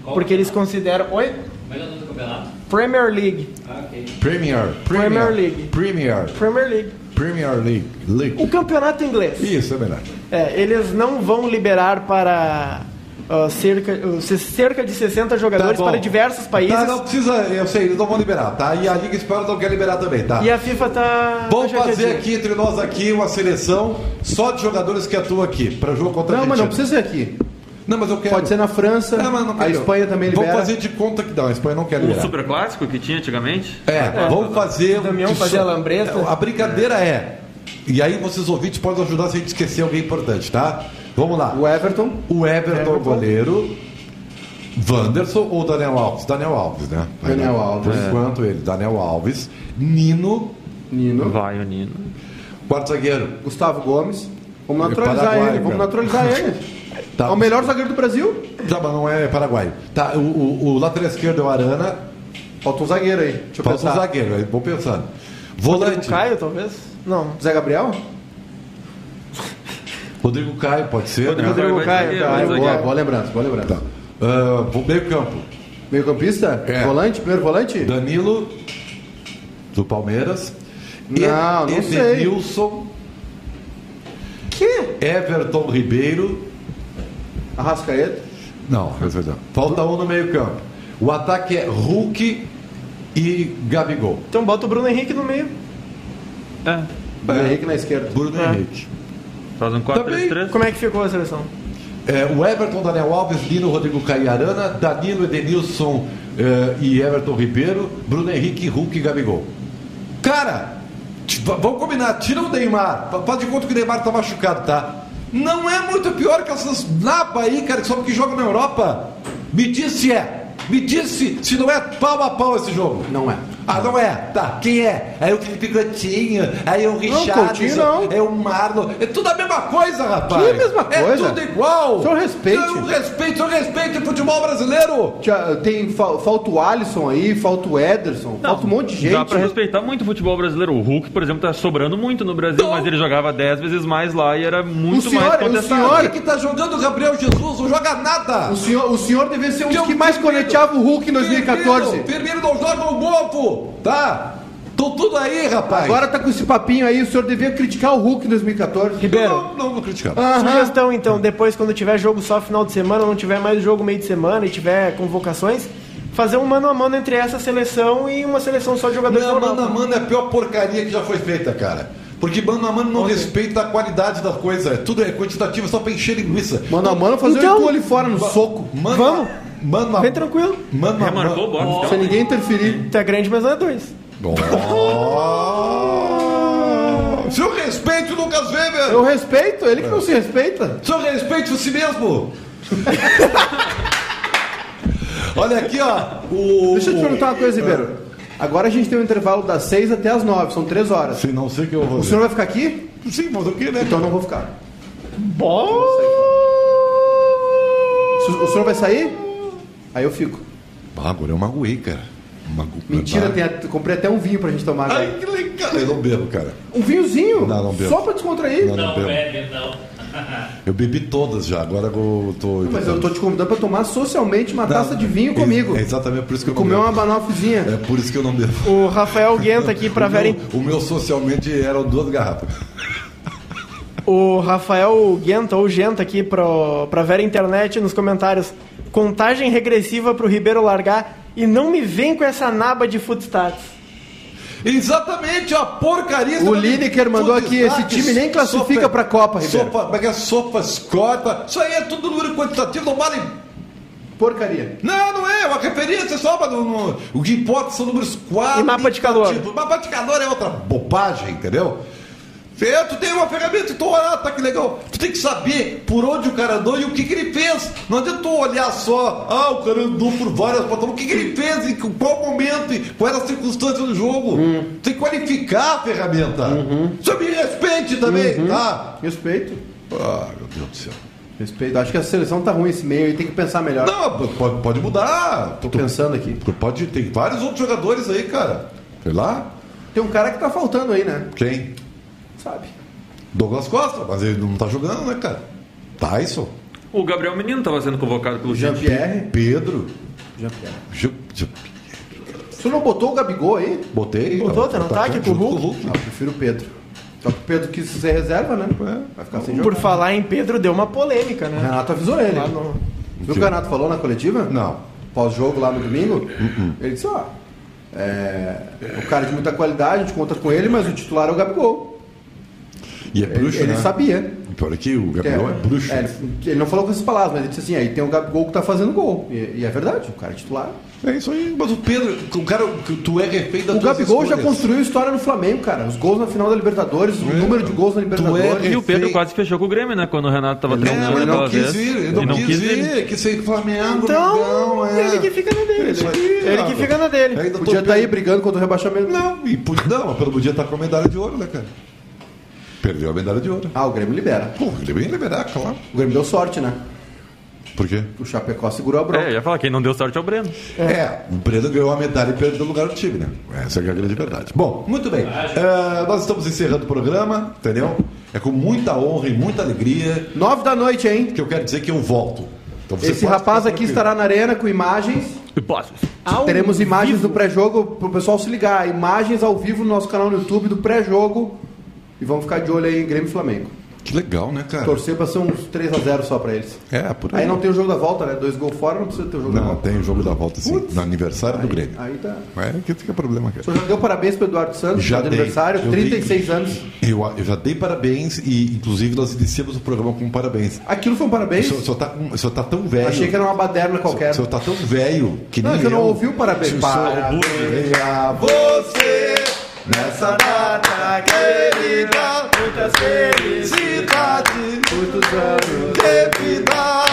Speaker 3: Porque eles consideram. Oi?
Speaker 5: Melhor nota do campeonato?
Speaker 3: Premier League.
Speaker 5: Ah, ok.
Speaker 1: Premier,
Speaker 3: Premier League.
Speaker 1: Premier,
Speaker 3: Premier League.
Speaker 1: Premier League,
Speaker 3: O
Speaker 1: League.
Speaker 3: campeonato inglês.
Speaker 1: Isso, é melhor.
Speaker 3: É, eles não vão liberar para ah, cerca, ah, se- cerca de 60 jogadores
Speaker 1: Tá bom.
Speaker 3: para diversos países.
Speaker 1: Tá, não precisa, eu sei, eles não vão liberar, tá? E a Liga Espanhola não quer liberar também, tá?
Speaker 3: E a FIFA tá.
Speaker 1: Vamos
Speaker 3: tá
Speaker 1: fazer
Speaker 3: chateadinha.
Speaker 1: aqui entre nós aqui uma seleção só de jogadores que atuam aqui, pra jogo contra a
Speaker 2: Não, mas não
Speaker 1: Argentina.
Speaker 2: precisa ser aqui.
Speaker 1: Não, mas eu quero.
Speaker 2: Pode ser na França,
Speaker 1: Não, mas não
Speaker 2: a
Speaker 1: quero.
Speaker 2: Espanha também libera.
Speaker 1: Vamos fazer de conta que não, a Espanha não quer
Speaker 4: O
Speaker 1: liberar.
Speaker 4: super clássico que tinha antigamente?
Speaker 1: É, vamos fazer.
Speaker 3: O Damião
Speaker 1: de-
Speaker 3: fazer a lambreta.
Speaker 1: A brincadeira é. E aí vocês ouvintes podem ajudar se a gente esquecer alguém importante, tá? Vamos lá.
Speaker 2: O Everton.
Speaker 1: O Everton,
Speaker 2: Everton.
Speaker 1: goleiro. Wanderson ou Daniel Alves? Daniel Alves, né?
Speaker 2: Daniel
Speaker 1: Por
Speaker 2: Alves.
Speaker 1: Por enquanto ele, Daniel Alves. Nino,
Speaker 2: Nino.
Speaker 4: Vai, o Nino.
Speaker 1: quarto zagueiro.
Speaker 2: Gustavo Gomes. Vamos
Speaker 1: É
Speaker 2: naturalizar
Speaker 1: Paraguai,
Speaker 2: ele, vamos
Speaker 1: cara.
Speaker 2: naturalizar ele.
Speaker 1: Tá.
Speaker 2: É o melhor zagueiro do Brasil?
Speaker 1: Tá, mas não é paraguaio. Tá, o, o, o lateral esquerdo é o Arana.
Speaker 2: Falta um zagueiro aí. Deixa eu
Speaker 1: Falta um
Speaker 2: pensar.
Speaker 1: zagueiro, aí vou pensando.
Speaker 3: Rodrigo
Speaker 1: Volante.
Speaker 3: Caio, talvez? Não.
Speaker 2: Zé Gabriel?
Speaker 1: Rodrigo Caio, pode ser.
Speaker 4: Rodrigo
Speaker 1: Né?
Speaker 4: Caio.
Speaker 2: Rodrigo
Speaker 4: vai
Speaker 2: Caio.
Speaker 4: zagueiro,
Speaker 2: Tá,
Speaker 4: vai
Speaker 2: boa,
Speaker 4: zagueiro.
Speaker 2: boa lembrança, boa lembrança.
Speaker 1: Tá. Ah, vou meio campo.
Speaker 2: Meio campista?
Speaker 1: É.
Speaker 2: Volante? Primeiro volante?
Speaker 1: Danilo, do Palmeiras. E-
Speaker 2: Não, não sei.
Speaker 1: Edenilson. Que? Everton Ribeiro.
Speaker 2: Arrascaeta?
Speaker 1: Não, não. Falta um no meio-campo. O ataque é Hulk e Gabigol.
Speaker 3: Então bota o Bruno Henrique no meio.
Speaker 4: É.
Speaker 2: Bruno Henrique na esquerda.
Speaker 1: Bruno
Speaker 3: É.
Speaker 1: Henrique.
Speaker 4: Faz um
Speaker 1: Também-
Speaker 4: 4-3-3.
Speaker 3: Como é que ficou a seleção?
Speaker 1: É, o Everton, Daniel Alves, Lino, Rodrigo Caiarana, Danilo, Edenilson eh, e Everton Ribeiro, Bruno Henrique, Hulk e Gabigol. Cara, t- v- vamos combinar, tira o Neymar. Fa- Faz de conta que o Neymar tá machucado, tá? Não é muito pior que essas nabas aí, cara, que só porque jogam na Europa. Me diz se é. Me diz se, se não é pau a pau esse jogo.
Speaker 2: Não é.
Speaker 1: Ah, não é? Tá, quem é? Aí o Felipe Cantinho, aí o
Speaker 2: Coutinho não.
Speaker 1: Richardson, é o Marlon. É tudo a mesma coisa, rapaz.
Speaker 2: Que mesma
Speaker 1: É
Speaker 2: coisa?
Speaker 1: tudo igual.
Speaker 2: Só respeite.
Speaker 1: Eu respeito, eu respeito o futebol brasileiro.
Speaker 2: Tia, Tem, fal- falta o Alisson aí, falta o Ederson, falta um monte de gente.
Speaker 4: Dá pra respeitar muito o futebol brasileiro. O Hulk, por exemplo, tá sobrando muito no Brasil, mas ele jogava 10 vezes mais lá e era muito
Speaker 2: senhor-
Speaker 4: mais
Speaker 2: o
Speaker 4: contestado.
Speaker 2: senhor-
Speaker 1: Olha que tá jogando o Gabriel Jesus, não joga nada.
Speaker 2: O senhor, o senhor devia ser um
Speaker 1: Teu
Speaker 2: dos que mais
Speaker 1: Firmino.
Speaker 2: corneteava o Hulk em 2014.
Speaker 1: Firmino, Firmino não joga o bofo, tá? Tô tudo aí, rapaz.
Speaker 2: Agora tá com esse papinho aí, o senhor devia criticar o Hulk em 2014.
Speaker 3: Ribeiro.
Speaker 1: Não, não, não criticava.
Speaker 2: Aham.
Speaker 3: Sugestão então, depois quando tiver jogo só final de semana, não tiver mais jogo meio de semana e tiver convocações, fazer um mano a mano entre essa seleção e uma seleção só de jogadores
Speaker 1: Não,
Speaker 3: normal.
Speaker 1: mano a mano é a pior porcaria que já foi feita, cara. Porque mano a mano não respeita a qualidade da coisa. Tudo é quantitativo, é só pra encher linguiça.
Speaker 2: Mano a mano, fazer
Speaker 3: Então-
Speaker 2: o Itu ali fora no
Speaker 1: um
Speaker 2: soco.
Speaker 1: Mano,
Speaker 3: Vamos?
Speaker 1: Mano a
Speaker 3: Vem tranquilo.
Speaker 1: Mano a
Speaker 4: Remarcou o
Speaker 1: mano.
Speaker 4: boxe.
Speaker 2: Sem
Speaker 4: calma.
Speaker 2: ninguém interferir.
Speaker 3: Tu é grande, mas não é dois.
Speaker 1: Oh! Seu respeito, Lucas Weber!
Speaker 2: Eu respeito, ele que não se respeita.
Speaker 1: Seu respeito a si mesmo! Olha aqui, ó. O...
Speaker 2: Deixa eu te perguntar uma coisa, Ribeiro. Agora a gente tem um intervalo das 6 até as 9, são 3 horas.
Speaker 1: Se não sei o que eu vou.
Speaker 2: O senhor vai ficar aqui?
Speaker 1: Sim, mas o que, né?
Speaker 2: Então eu não vou ficar.
Speaker 3: Bom!
Speaker 2: Se O o senhor vai sair? Aí eu fico.
Speaker 1: Ah, agora eu magoei, cara. Mago...
Speaker 2: Mentira, tem
Speaker 1: tem
Speaker 2: a- comprei até um vinho pra gente tomar. agora.
Speaker 1: Ai, que legal. Eu não bebo, cara.
Speaker 2: Um vinhozinho?
Speaker 1: Não, não bebo.
Speaker 2: Só pra descontrair?
Speaker 1: Não, não
Speaker 5: Não, é.
Speaker 1: bebo.
Speaker 5: bebe, não.
Speaker 1: Eu bebi todas já, agora eu tô.
Speaker 2: Mas eu tô te convidando pra tomar socialmente uma taça de vinho
Speaker 1: É-
Speaker 2: comigo.
Speaker 1: É exatamente por isso que eu
Speaker 2: Comer
Speaker 1: não
Speaker 2: uma
Speaker 1: bebo.
Speaker 2: banofzinha.
Speaker 1: É por isso que eu não bebo.
Speaker 3: O Rafael Guenta aqui pra
Speaker 1: O meu-
Speaker 3: Vera. em-
Speaker 1: O meu socialmente eram duas garrafas.
Speaker 3: O Rafael Guenta ou Genta aqui pro, pra Vera Internet nos comentários. Contagem regressiva pro Ribeiro largar e não me vem com essa naba de footstats.
Speaker 1: Exatamente, a porcaria.
Speaker 2: O Lineker mandou
Speaker 1: Tudo
Speaker 2: aqui, esse
Speaker 1: destaque,
Speaker 2: time nem classifica
Speaker 1: sopa-
Speaker 2: pra Copa, Ribeiro.
Speaker 1: Sopa, como é que é? Sopa, escorta. Isso aí é tudo número quantitativo, não vale.
Speaker 2: Porcaria.
Speaker 1: Não, não é, é uma referência só, mas não- não- o que importa são números quatro.
Speaker 3: E mapa de calor.
Speaker 1: quantitativos. Mapa de calor é outra bobagem, entendeu? É, tu tem uma ferramenta, tu olha, ah, tá que legal. Tu tem que saber por onde o cara andou e o que, que ele fez. Não adianta tu olhar só, ah, o cara andou por várias plataformas, o que, que ele fez, em qual momento, e quais as circunstâncias do jogo.
Speaker 3: Hum.
Speaker 1: Tu tem que qualificar a ferramenta.
Speaker 3: Uhum.
Speaker 1: Só me respeite também, tá?
Speaker 2: Respeito.
Speaker 1: Ah, meu Deus do céu.
Speaker 2: Respeito. Acho que a seleção tá ruim esse meio e tem que pensar melhor.
Speaker 1: Não, pode, pode mudar.
Speaker 2: Tô
Speaker 1: Tu-
Speaker 2: pensando aqui.
Speaker 1: Tu Pode tem vários outros jogadores aí, cara. Sei lá.
Speaker 2: Tem um cara que tá faltando aí, né?
Speaker 1: Quem?
Speaker 2: Sabe?
Speaker 1: Douglas Costa, mas ele não tá jogando, né, cara? Tyson,
Speaker 4: O Gabriel Menino estava sendo convocado pelo Jean.
Speaker 2: Jean-Pierre.
Speaker 1: Pedro.
Speaker 2: Jean-Pierre.
Speaker 1: Ju- Ju-
Speaker 2: O senhor não botou o Gabigol aí?
Speaker 1: Botei.
Speaker 3: Botou, tá no
Speaker 1: Atacante
Speaker 3: ataque com o
Speaker 1: junto
Speaker 3: Hulk?
Speaker 2: Ah, eu prefiro o Pedro. Só que o Pedro quis ser reserva, né?
Speaker 1: É.
Speaker 2: Vai ficar sem
Speaker 3: Por
Speaker 2: jogar.
Speaker 3: falar em Pedro, deu uma polêmica,
Speaker 2: O
Speaker 3: né?
Speaker 2: Renato avisou ele.
Speaker 3: Ah, não.
Speaker 2: Viu o que o Renato falou na coletiva?
Speaker 1: Não. Uh-uh.
Speaker 2: Pós-jogo lá no domingo? Ele disse, ó. É, o cara de muita qualidade, a gente conta com ele, mas o titular é o Gabigol.
Speaker 1: E é bruxo,
Speaker 2: ele
Speaker 1: né?
Speaker 2: sabia.
Speaker 1: O Pior é que o Gabriel é, bruxo.
Speaker 2: é, ele- ele não falou com essas palavras, mas ele disse assim, aí tem o Gabigol que tá fazendo gol. E, e é verdade, o cara é titular.
Speaker 1: É isso aí. Mas o Pedro, o cara, que tu é refém da
Speaker 2: O Gabigol já construiu história no Flamengo, cara. Os gols na final da Libertadores, o número de gols na Libertadores.
Speaker 1: é-
Speaker 4: E o Pedro
Speaker 1: Perfeito.
Speaker 4: quase fechou com o Grêmio, né? Quando o Renato estava
Speaker 1: É, mas
Speaker 4: treinando
Speaker 1: ele não
Speaker 4: aquela
Speaker 1: quis
Speaker 4: vez.
Speaker 1: ir, ele não, quis, ir, que sem Flamengo,
Speaker 3: Então,
Speaker 1: Mengão, é.
Speaker 3: ele que fica na dele.
Speaker 1: Isso aí,
Speaker 3: ele
Speaker 1: cara.
Speaker 3: que fica na dele. tá
Speaker 1: Ainda tô
Speaker 2: Podia estar aí brigando contra o rebaixamento.
Speaker 1: Não, e podia, não, mas pelo podia estar com a medalha de ouro, né, cara? Perdeu a medalha de ouro.
Speaker 2: Ah, o Grêmio libera.
Speaker 1: Pô, ele bem liberar, claro.
Speaker 2: O Grêmio deu sorte, né?
Speaker 1: Por quê?
Speaker 2: O Chapecó segurou a bronca.
Speaker 4: É, eu ia falar, quem não deu sorte é o Breno.
Speaker 1: É, o Breno ganhou a medalha e perdeu o lugar do time, né? Essa é a grande verdade. Bom, muito bem. É, nós estamos encerrando o programa, entendeu? É com muita honra e muita alegria
Speaker 2: Nove da noite, hein?
Speaker 1: que eu quero dizer que eu volto. Então você
Speaker 2: Esse
Speaker 1: pode
Speaker 2: rapaz
Speaker 1: ficar
Speaker 2: aqui
Speaker 1: tranquilo.
Speaker 2: estará na arena com imagens.
Speaker 4: Hipóteses.
Speaker 3: Ao
Speaker 2: Teremos imagens
Speaker 3: vivo.
Speaker 2: do pré-jogo pro pessoal se ligar. Imagens ao vivo no nosso canal no YouTube do pré-jogo. E vamos ficar de olho aí em Grêmio e Flamengo.
Speaker 1: Que legal, né, cara?
Speaker 2: Torcer pra ser uns 3x0 só pra eles.
Speaker 1: É, por aí.
Speaker 2: Aí não tem o jogo da volta, né? Dois gols fora, não precisa ter o jogo da
Speaker 1: Não,
Speaker 2: volta.
Speaker 1: tem o jogo da volta, sim.
Speaker 2: Putz.
Speaker 1: No aniversário do Grêmio.
Speaker 2: Aí tá.
Speaker 1: É, que fica problema, cara.
Speaker 2: O senhor já deu parabéns pro Eduardo Santos,
Speaker 1: Já
Speaker 2: já
Speaker 1: dei.
Speaker 2: aniversário,
Speaker 1: Eu
Speaker 2: 36
Speaker 1: dei.
Speaker 2: anos.
Speaker 1: Eu, eu já dei parabéns e, inclusive, nós iniciamos o programa com parabéns.
Speaker 2: Aquilo foi um
Speaker 1: O
Speaker 2: parabéns?
Speaker 1: senhor, o senhor tá, com- o senhor tá tão velho.
Speaker 2: Achei que era uma baderna
Speaker 1: O
Speaker 2: qualquer.
Speaker 1: senhor tá tão velho que
Speaker 2: Não,
Speaker 1: nem
Speaker 2: é que eu não ouvi o parabéns.
Speaker 1: O senhor-
Speaker 2: Parabéns a
Speaker 1: você nessa data querida. Muitas felicidades,
Speaker 2: Muitos anos.
Speaker 1: de vida.